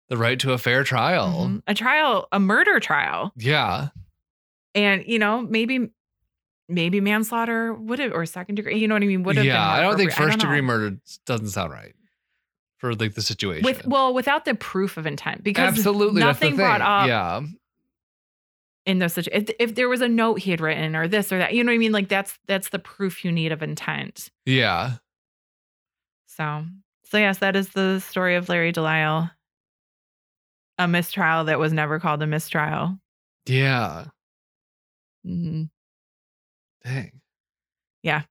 Speaker 1: The right to a fair trial.
Speaker 2: mhm, a trial a murder trial
Speaker 1: Yeah.
Speaker 2: and you know maybe maybe manslaughter would have or second degree you know what i mean would have been
Speaker 1: yeah.
Speaker 2: more
Speaker 1: I don't think
Speaker 2: appropriate. I
Speaker 1: first
Speaker 2: don't know.
Speaker 1: degree murder doesn't sound right for like the situation.
Speaker 2: with well without the proof of intent because
Speaker 1: absolutely that's the
Speaker 2: nothing brought
Speaker 1: thing.
Speaker 2: up
Speaker 1: Yeah.
Speaker 2: in those situations if, if there was a note he had written or this or that you know what i mean like that's that's the proof you need of intent
Speaker 1: Yeah.
Speaker 2: So, so yes, that is the story of Larry Delisle, a mistrial that was never called a mistrial.
Speaker 1: Yeah.
Speaker 2: Mhm.
Speaker 1: Dang.
Speaker 2: Yeah.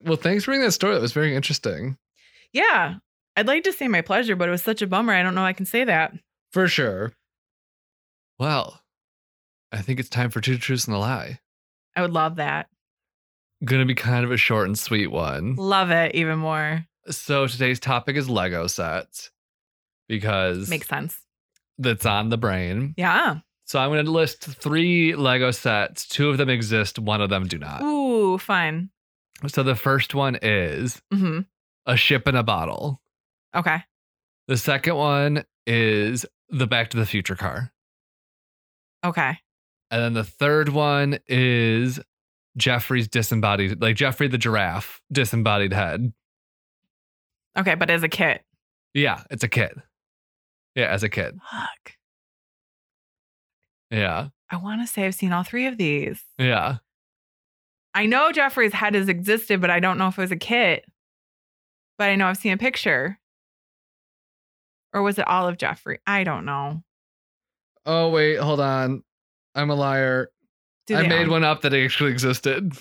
Speaker 1: Well, thanks for bringing that story. That was very interesting.
Speaker 2: Yeah, I'd like to say my pleasure, but it was such a bummer. I don't know I can say that.
Speaker 1: For sure. Well, I think it's time for two truths and a lie.
Speaker 2: I would love that.
Speaker 1: Gonna be kind of a short and sweet one.
Speaker 2: Love it even more.
Speaker 1: So today's topic is Lego sets because
Speaker 2: Makes sense.
Speaker 1: that's on the brain.
Speaker 2: Yeah.
Speaker 1: So I'm gonna list three Lego sets. Two of them exist, one of them do not.
Speaker 2: Ooh, fun.
Speaker 1: So the first one is
Speaker 2: hmm
Speaker 1: a ship in a bottle.
Speaker 2: Okay.
Speaker 1: The second one is the Back to the Future car.
Speaker 2: Okay.
Speaker 1: And then the third one is Jeffrey's disembodied, like Jeffrey the giraffe disembodied head.
Speaker 2: Okay. But as a kid,
Speaker 1: Yeah, it's a kid. Yeah, as a kid.
Speaker 2: fuck.
Speaker 1: Yeah.
Speaker 2: I want to say I've seen all three of these.
Speaker 1: Yeah.
Speaker 2: I know Jeffrey's head has existed, but I don't know if it was a kit. But I know I've seen a picture. Or was it all of Jeffrey? I don't know.
Speaker 1: Oh, wait, hold on. I'm a liar.
Speaker 2: Do
Speaker 1: I
Speaker 2: they
Speaker 1: made
Speaker 2: own-
Speaker 1: one up that actually existed.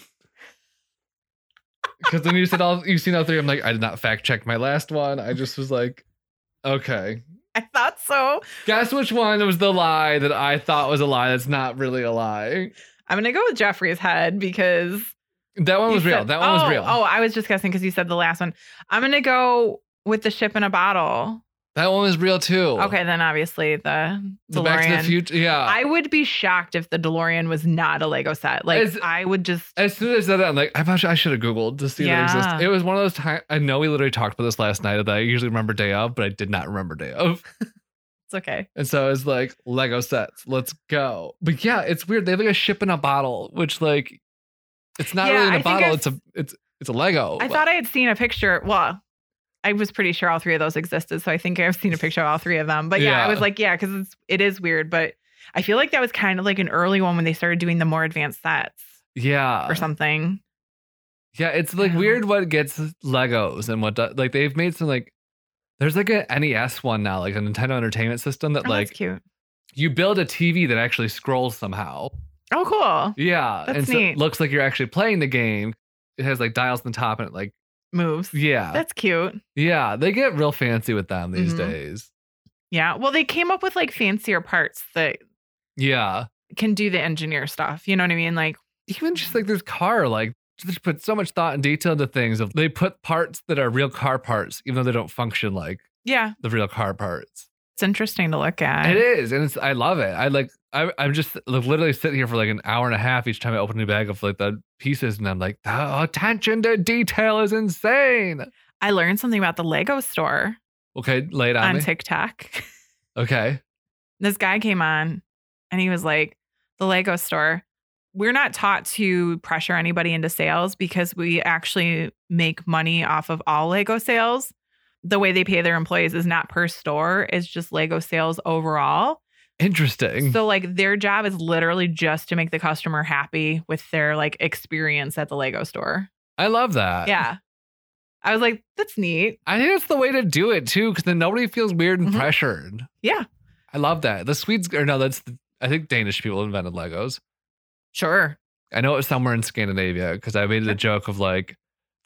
Speaker 1: Because then you said all you've seen all three. I'm like, I did not fact check my last one. I just was like, okay.
Speaker 2: I thought so.
Speaker 1: Guess which one was the lie that I thought was a lie that's not really a lie.
Speaker 2: I'm gonna go with Jeffrey's head because
Speaker 1: That one
Speaker 2: you
Speaker 1: was real.
Speaker 2: said-
Speaker 1: That one
Speaker 2: oh,
Speaker 1: was real.
Speaker 2: Oh, I was just guessing because you said the last one. I'm gonna go with the ship in a bottle.
Speaker 1: That one was real too.
Speaker 2: Okay, then obviously the DeLorean.
Speaker 1: The Back to the Future. Yeah.
Speaker 2: I would be shocked if the DeLorean was not a Lego set. Like
Speaker 1: Is-
Speaker 2: I would just
Speaker 1: as soon as I said that, I'm like, I I should have Googled to see if it exists.
Speaker 2: Yeah.
Speaker 1: It was one of those times. I know we literally talked about this last night that I usually remember day of, but I did not remember day of.
Speaker 2: it's okay.
Speaker 1: And so it's like Lego sets. Let's go. But yeah, it's weird. They have like a ship in a bottle, which like it's not
Speaker 2: Yeah,
Speaker 1: really in
Speaker 2: I
Speaker 1: a
Speaker 2: think
Speaker 1: bottle.
Speaker 2: I've-
Speaker 1: It's a it's it's a Lego.
Speaker 2: I thought I had seen a picture. Well, I was pretty sure all three of those existed, so I think I've seen a picture of all three of them. But yeah, I
Speaker 1: Yeah.
Speaker 2: was like, yeah, because it's it is weird, but I feel like that was kind of like an early one when they started doing the more advanced sets
Speaker 1: yeah.
Speaker 2: or something.
Speaker 1: Yeah, it's like
Speaker 2: Yeah.
Speaker 1: weird what gets Legos and what do- like they've made some like there's like a NES one now, like a Nintendo Entertainment System that
Speaker 2: Oh,
Speaker 1: like
Speaker 2: that's cute.
Speaker 1: you build a TV that actually scrolls somehow.
Speaker 2: Oh, cool.
Speaker 1: Yeah,
Speaker 2: That's
Speaker 1: and so it
Speaker 2: neat.
Speaker 1: looks like you're actually playing the game. It has like dials on the top, and it like
Speaker 2: Moves.
Speaker 1: yeah,
Speaker 2: That's cute.
Speaker 1: yeah. They get real fancy with them these
Speaker 2: Mhm.
Speaker 1: days.
Speaker 2: Yeah. Well, they came up with like fancier parts that
Speaker 1: Yeah,
Speaker 2: can do the engineer stuff. You know what I mean? Like,
Speaker 1: even just like this car, like just put so much thought and detail into things. Of they put parts that are real car parts, even though they don't function like
Speaker 2: Yeah.
Speaker 1: the real car parts.
Speaker 2: It's interesting to look at.
Speaker 1: It is, and it's I love it. I like I, I'm just like, literally sitting here for like an hour and a half each time I open a new bag of like the pieces, and I'm like, the attention to detail is insane.
Speaker 2: I learned something about the Lego store
Speaker 1: Okay, lay it on,
Speaker 2: on
Speaker 1: me.
Speaker 2: TikTok.
Speaker 1: okay,
Speaker 2: this guy came on and he was like, the Lego store, we're not taught to pressure anybody into sales because we actually make money off of all Lego sales. The way they pay their employees is not per store, it's just Lego sales overall.
Speaker 1: interesting.
Speaker 2: So like their job is literally just to make the customer happy with their like experience at the Lego store.
Speaker 1: I love that.
Speaker 2: Yeah. I was like, that's neat.
Speaker 1: I think that's the way to do it too, because then nobody feels weird and
Speaker 2: Mhm.
Speaker 1: pressured.
Speaker 2: Yeah.
Speaker 1: I love that. The Swedes, or no, that's the, I think Danish people invented Legos.
Speaker 2: Sure.
Speaker 1: I know it was somewhere in Scandinavia because I made the joke of like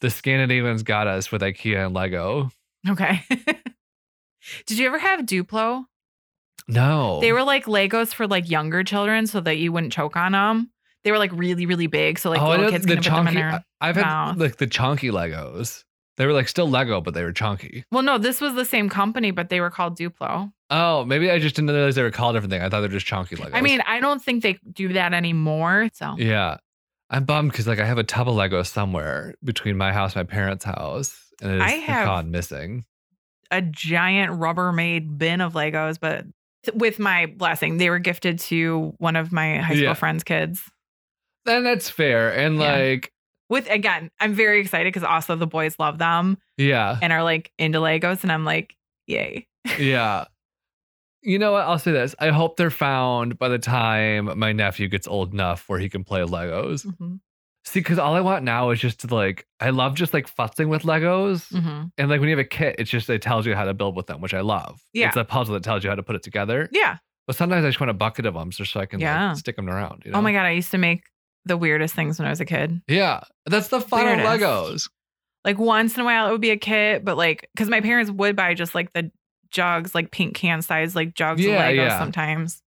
Speaker 1: the Scandinavians got us with IKEA and Lego.
Speaker 2: Okay. Did you ever have Duplo?
Speaker 1: No,
Speaker 2: They were like Legos for like younger children so that you wouldn't choke on them. They were like really, really big. So like
Speaker 1: Oh, I
Speaker 2: little
Speaker 1: know
Speaker 2: kids can put them in
Speaker 1: chonky-
Speaker 2: there.
Speaker 1: I- I've had
Speaker 2: mouth.
Speaker 1: like the chunky Legos. They were like still Lego, but they were chunky.
Speaker 2: Well, no, this was the same company, but they were called Duplo.
Speaker 1: Oh, maybe I just didn't realize they were called different thing. I thought they were just chunky Legos.
Speaker 2: I mean, I don't think they do that anymore. So
Speaker 1: yeah, I'm bummed because like I have a tub of Lego somewhere between my house, and my parents' house, and it is
Speaker 2: I have-
Speaker 1: gone missing.
Speaker 2: a giant Rubbermaid bin of Legos, but with my blessing, they were gifted to one of my high school
Speaker 1: Yeah.
Speaker 2: friends' kids.
Speaker 1: Then that's fair, and
Speaker 2: Yeah.
Speaker 1: like
Speaker 2: With again, I'm very excited because also the boys love them
Speaker 1: yeah.
Speaker 2: and are like into Legos, and I'm like, yay.
Speaker 1: yeah. You know what? I'll say this. I hope they're found by the time my nephew gets old enough where he can play Legos.
Speaker 2: Mhm.
Speaker 1: See, because all I want now is just to like, I love just like futzing with Legos.
Speaker 2: Mhm.
Speaker 1: And like when you have a kit, it's just, it tells you how to build with them, which I love.
Speaker 2: Yeah.
Speaker 1: It's a puzzle that tells you how to put it together.
Speaker 2: Yeah. Oh
Speaker 1: But sometimes I just want a bucket of them just so I can
Speaker 2: Yeah.
Speaker 1: like stick them around. You
Speaker 2: Oh
Speaker 1: know?
Speaker 2: my God. I used to make the weirdest things when I was a kid.
Speaker 1: Yeah. That's the fun of
Speaker 2: Weirdest.
Speaker 1: Legos.
Speaker 2: Like once in a while, it would be a kit, but like, because my parents would buy just like the jugs, like pink can size, like jugs
Speaker 1: Yeah,
Speaker 2: of Legos
Speaker 1: yeah.
Speaker 2: sometimes.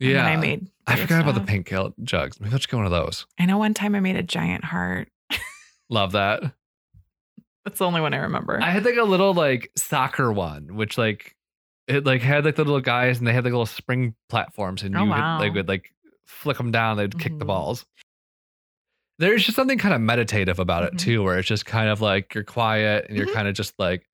Speaker 2: And
Speaker 1: Yeah.
Speaker 2: then I made,
Speaker 1: I
Speaker 2: weird
Speaker 1: forgot about the
Speaker 2: stuff.
Speaker 1: pink gil- jugs. Maybe I'll just get one of those.
Speaker 2: I know one time I made a giant heart.
Speaker 1: Love that.
Speaker 2: That's the only one I remember.
Speaker 1: I had like a little like soccer one, which like it like had like the little guys and they had like little spring platforms and
Speaker 2: Oh,
Speaker 1: you would
Speaker 2: wow.
Speaker 1: like would like flick them down, they'd kick the
Speaker 2: Mhm.
Speaker 1: balls. There's just something kind of meditative about
Speaker 2: Mhm.
Speaker 1: it too, where it's just kind of like you're quiet and you're
Speaker 2: Mhm.
Speaker 1: kind of just like,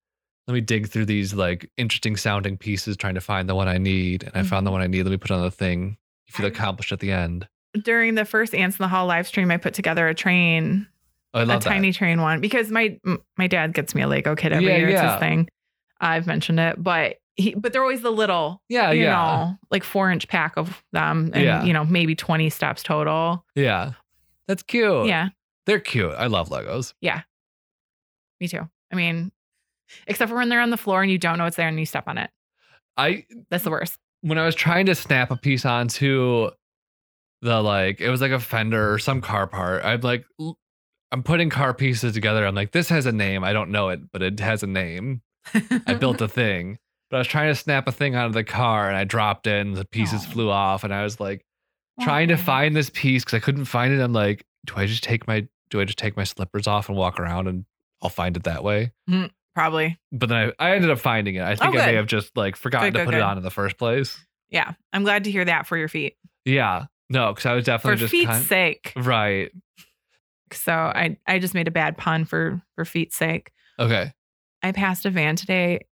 Speaker 1: let me dig through these like interesting sounding pieces, trying to find the one I need. And I
Speaker 2: Mm-hmm.
Speaker 1: found the one I need. Let me put on the thing. You feel
Speaker 2: I-
Speaker 1: accomplished at the end.
Speaker 2: During the first Ants in the Hall live stream, I put together a train
Speaker 1: Oh, I
Speaker 2: a
Speaker 1: love that.
Speaker 2: tiny train one because my m- my dad gets me a Lego kit every
Speaker 1: Yeah,
Speaker 2: year. It's
Speaker 1: yeah.
Speaker 2: his thing. I've mentioned it, but he but they're always the little,
Speaker 1: yeah,
Speaker 2: you
Speaker 1: Uh, yeah,
Speaker 2: know, like four inch pack of them, and
Speaker 1: Yeah.
Speaker 2: you know maybe twenty steps total.
Speaker 1: yeah. That's cute.
Speaker 2: Yeah,
Speaker 1: they're cute. I love Legos.
Speaker 2: me too. I mean, except for when they're on the floor and you don't know it's there and you step on it.
Speaker 1: I
Speaker 2: That's the worst.
Speaker 1: when I was trying to snap a piece onto the like it was like a fender or some car part. I'm like l- I'm putting car pieces together. I'm like this has a name. I don't know it, but it has a name. I built a thing. But I was trying to snap a thing onto the car and I dropped it and the pieces
Speaker 2: Aw. Oh,
Speaker 1: flew off and I was like trying to find this piece cuz I couldn't find it. I'm like do I just take my do I just take my slippers off and walk around and I'll find it that way?
Speaker 2: probably.
Speaker 1: But then I, I ended up finding it. I think I
Speaker 2: Oh, good.
Speaker 1: may have just like forgotten to
Speaker 2: Good, good,
Speaker 1: put it
Speaker 2: good.
Speaker 1: on in the first place.
Speaker 2: Yeah, I'm glad to hear that for your feet,
Speaker 1: Yeah. No, because I was
Speaker 2: for
Speaker 1: definitely just
Speaker 2: feet's
Speaker 1: kind-
Speaker 2: sake.
Speaker 1: right.
Speaker 2: So I I just made a bad pun for for feet's sake.
Speaker 1: Okay.
Speaker 2: I passed a van today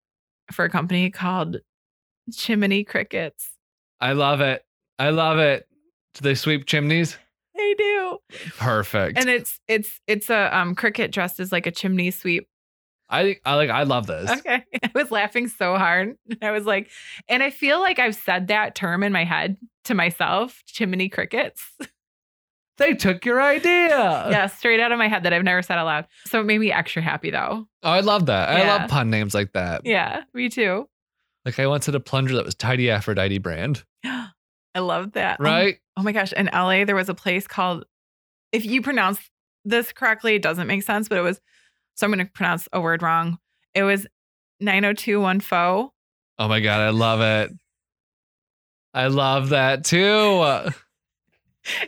Speaker 2: for a company called Chimney Crickets.
Speaker 1: I love it. I love it. Do they sweep chimneys?
Speaker 2: They do.
Speaker 1: Perfect.
Speaker 2: And it's it's it's a um cricket dressed as like a chimney sweep.
Speaker 1: I I like I love this.
Speaker 2: Okay. I was laughing so hard. I was like, and I feel like I've said that term in my head to myself, chimney crickets.
Speaker 1: They took your idea.
Speaker 2: yeah, straight out of my head that I've never said aloud. So it made me extra happy though.
Speaker 1: Oh, I love that. I
Speaker 2: Yeah.
Speaker 1: love pun names like that.
Speaker 2: Yeah, me too.
Speaker 1: Like I once had a plunger that was Tidy Aphrodite brand.
Speaker 2: I love that. Oh,
Speaker 1: Right?
Speaker 2: oh my gosh, in LA there was a place called if you pronounce this correctly, it doesn't make sense, but it was so I'm gonna pronounce a word wrong. It was 90210
Speaker 1: Oh Oh, my god, I love it. I love that too.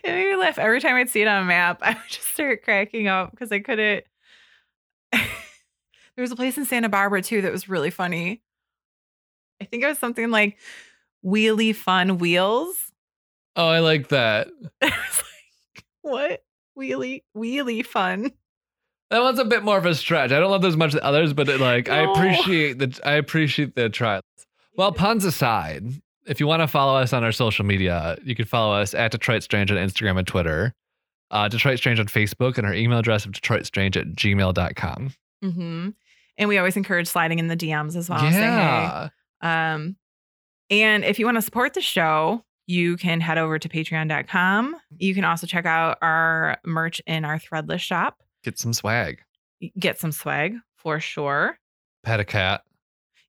Speaker 2: it made me laugh every time I'd see it on a map. I would just start cracking up because I couldn't. there was a place in Santa Barbara too that was really funny. I think it was something like Wheelie Fun Wheels.
Speaker 1: Oh, I like that.
Speaker 2: I was like, what? Wheelie, wheelie fun.
Speaker 1: That one's a bit more of a stretch. I don't love those much as the others, but it, like I
Speaker 2: No.
Speaker 1: appreciate the I appreciate the try. Well, puns aside, if you want to follow us on our social media, you can follow us at Detroit Strange on Instagram and Twitter, uh, Detroit Strange on Facebook, and our email address of DetroitStrange at gmail.com.
Speaker 2: hmm And we always encourage sliding in the DMs as well. Say, hey.
Speaker 1: yeah.
Speaker 2: Um, and if you want to support the show, you can head over to patreon.com. You can also check out our merch in our threadless shop.
Speaker 1: Get some swag.
Speaker 2: Get some swag for sure.
Speaker 1: Pet a cat.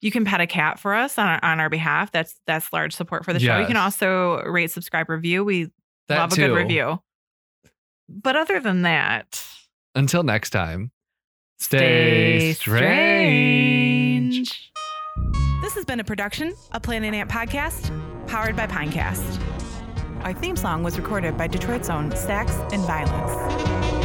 Speaker 2: You can pet a cat for us on our, on our behalf. That's that's large support for the show. You can
Speaker 1: Yes.
Speaker 2: also rate, subscribe, review. We
Speaker 1: That
Speaker 2: love
Speaker 1: too.
Speaker 2: a good review. But other than that,
Speaker 1: Until next time, stay, strange.
Speaker 2: This has been a production, a Planet Ant podcast, powered by Pinecast. Our theme song was recorded by Detroit's own Stacks and Violence.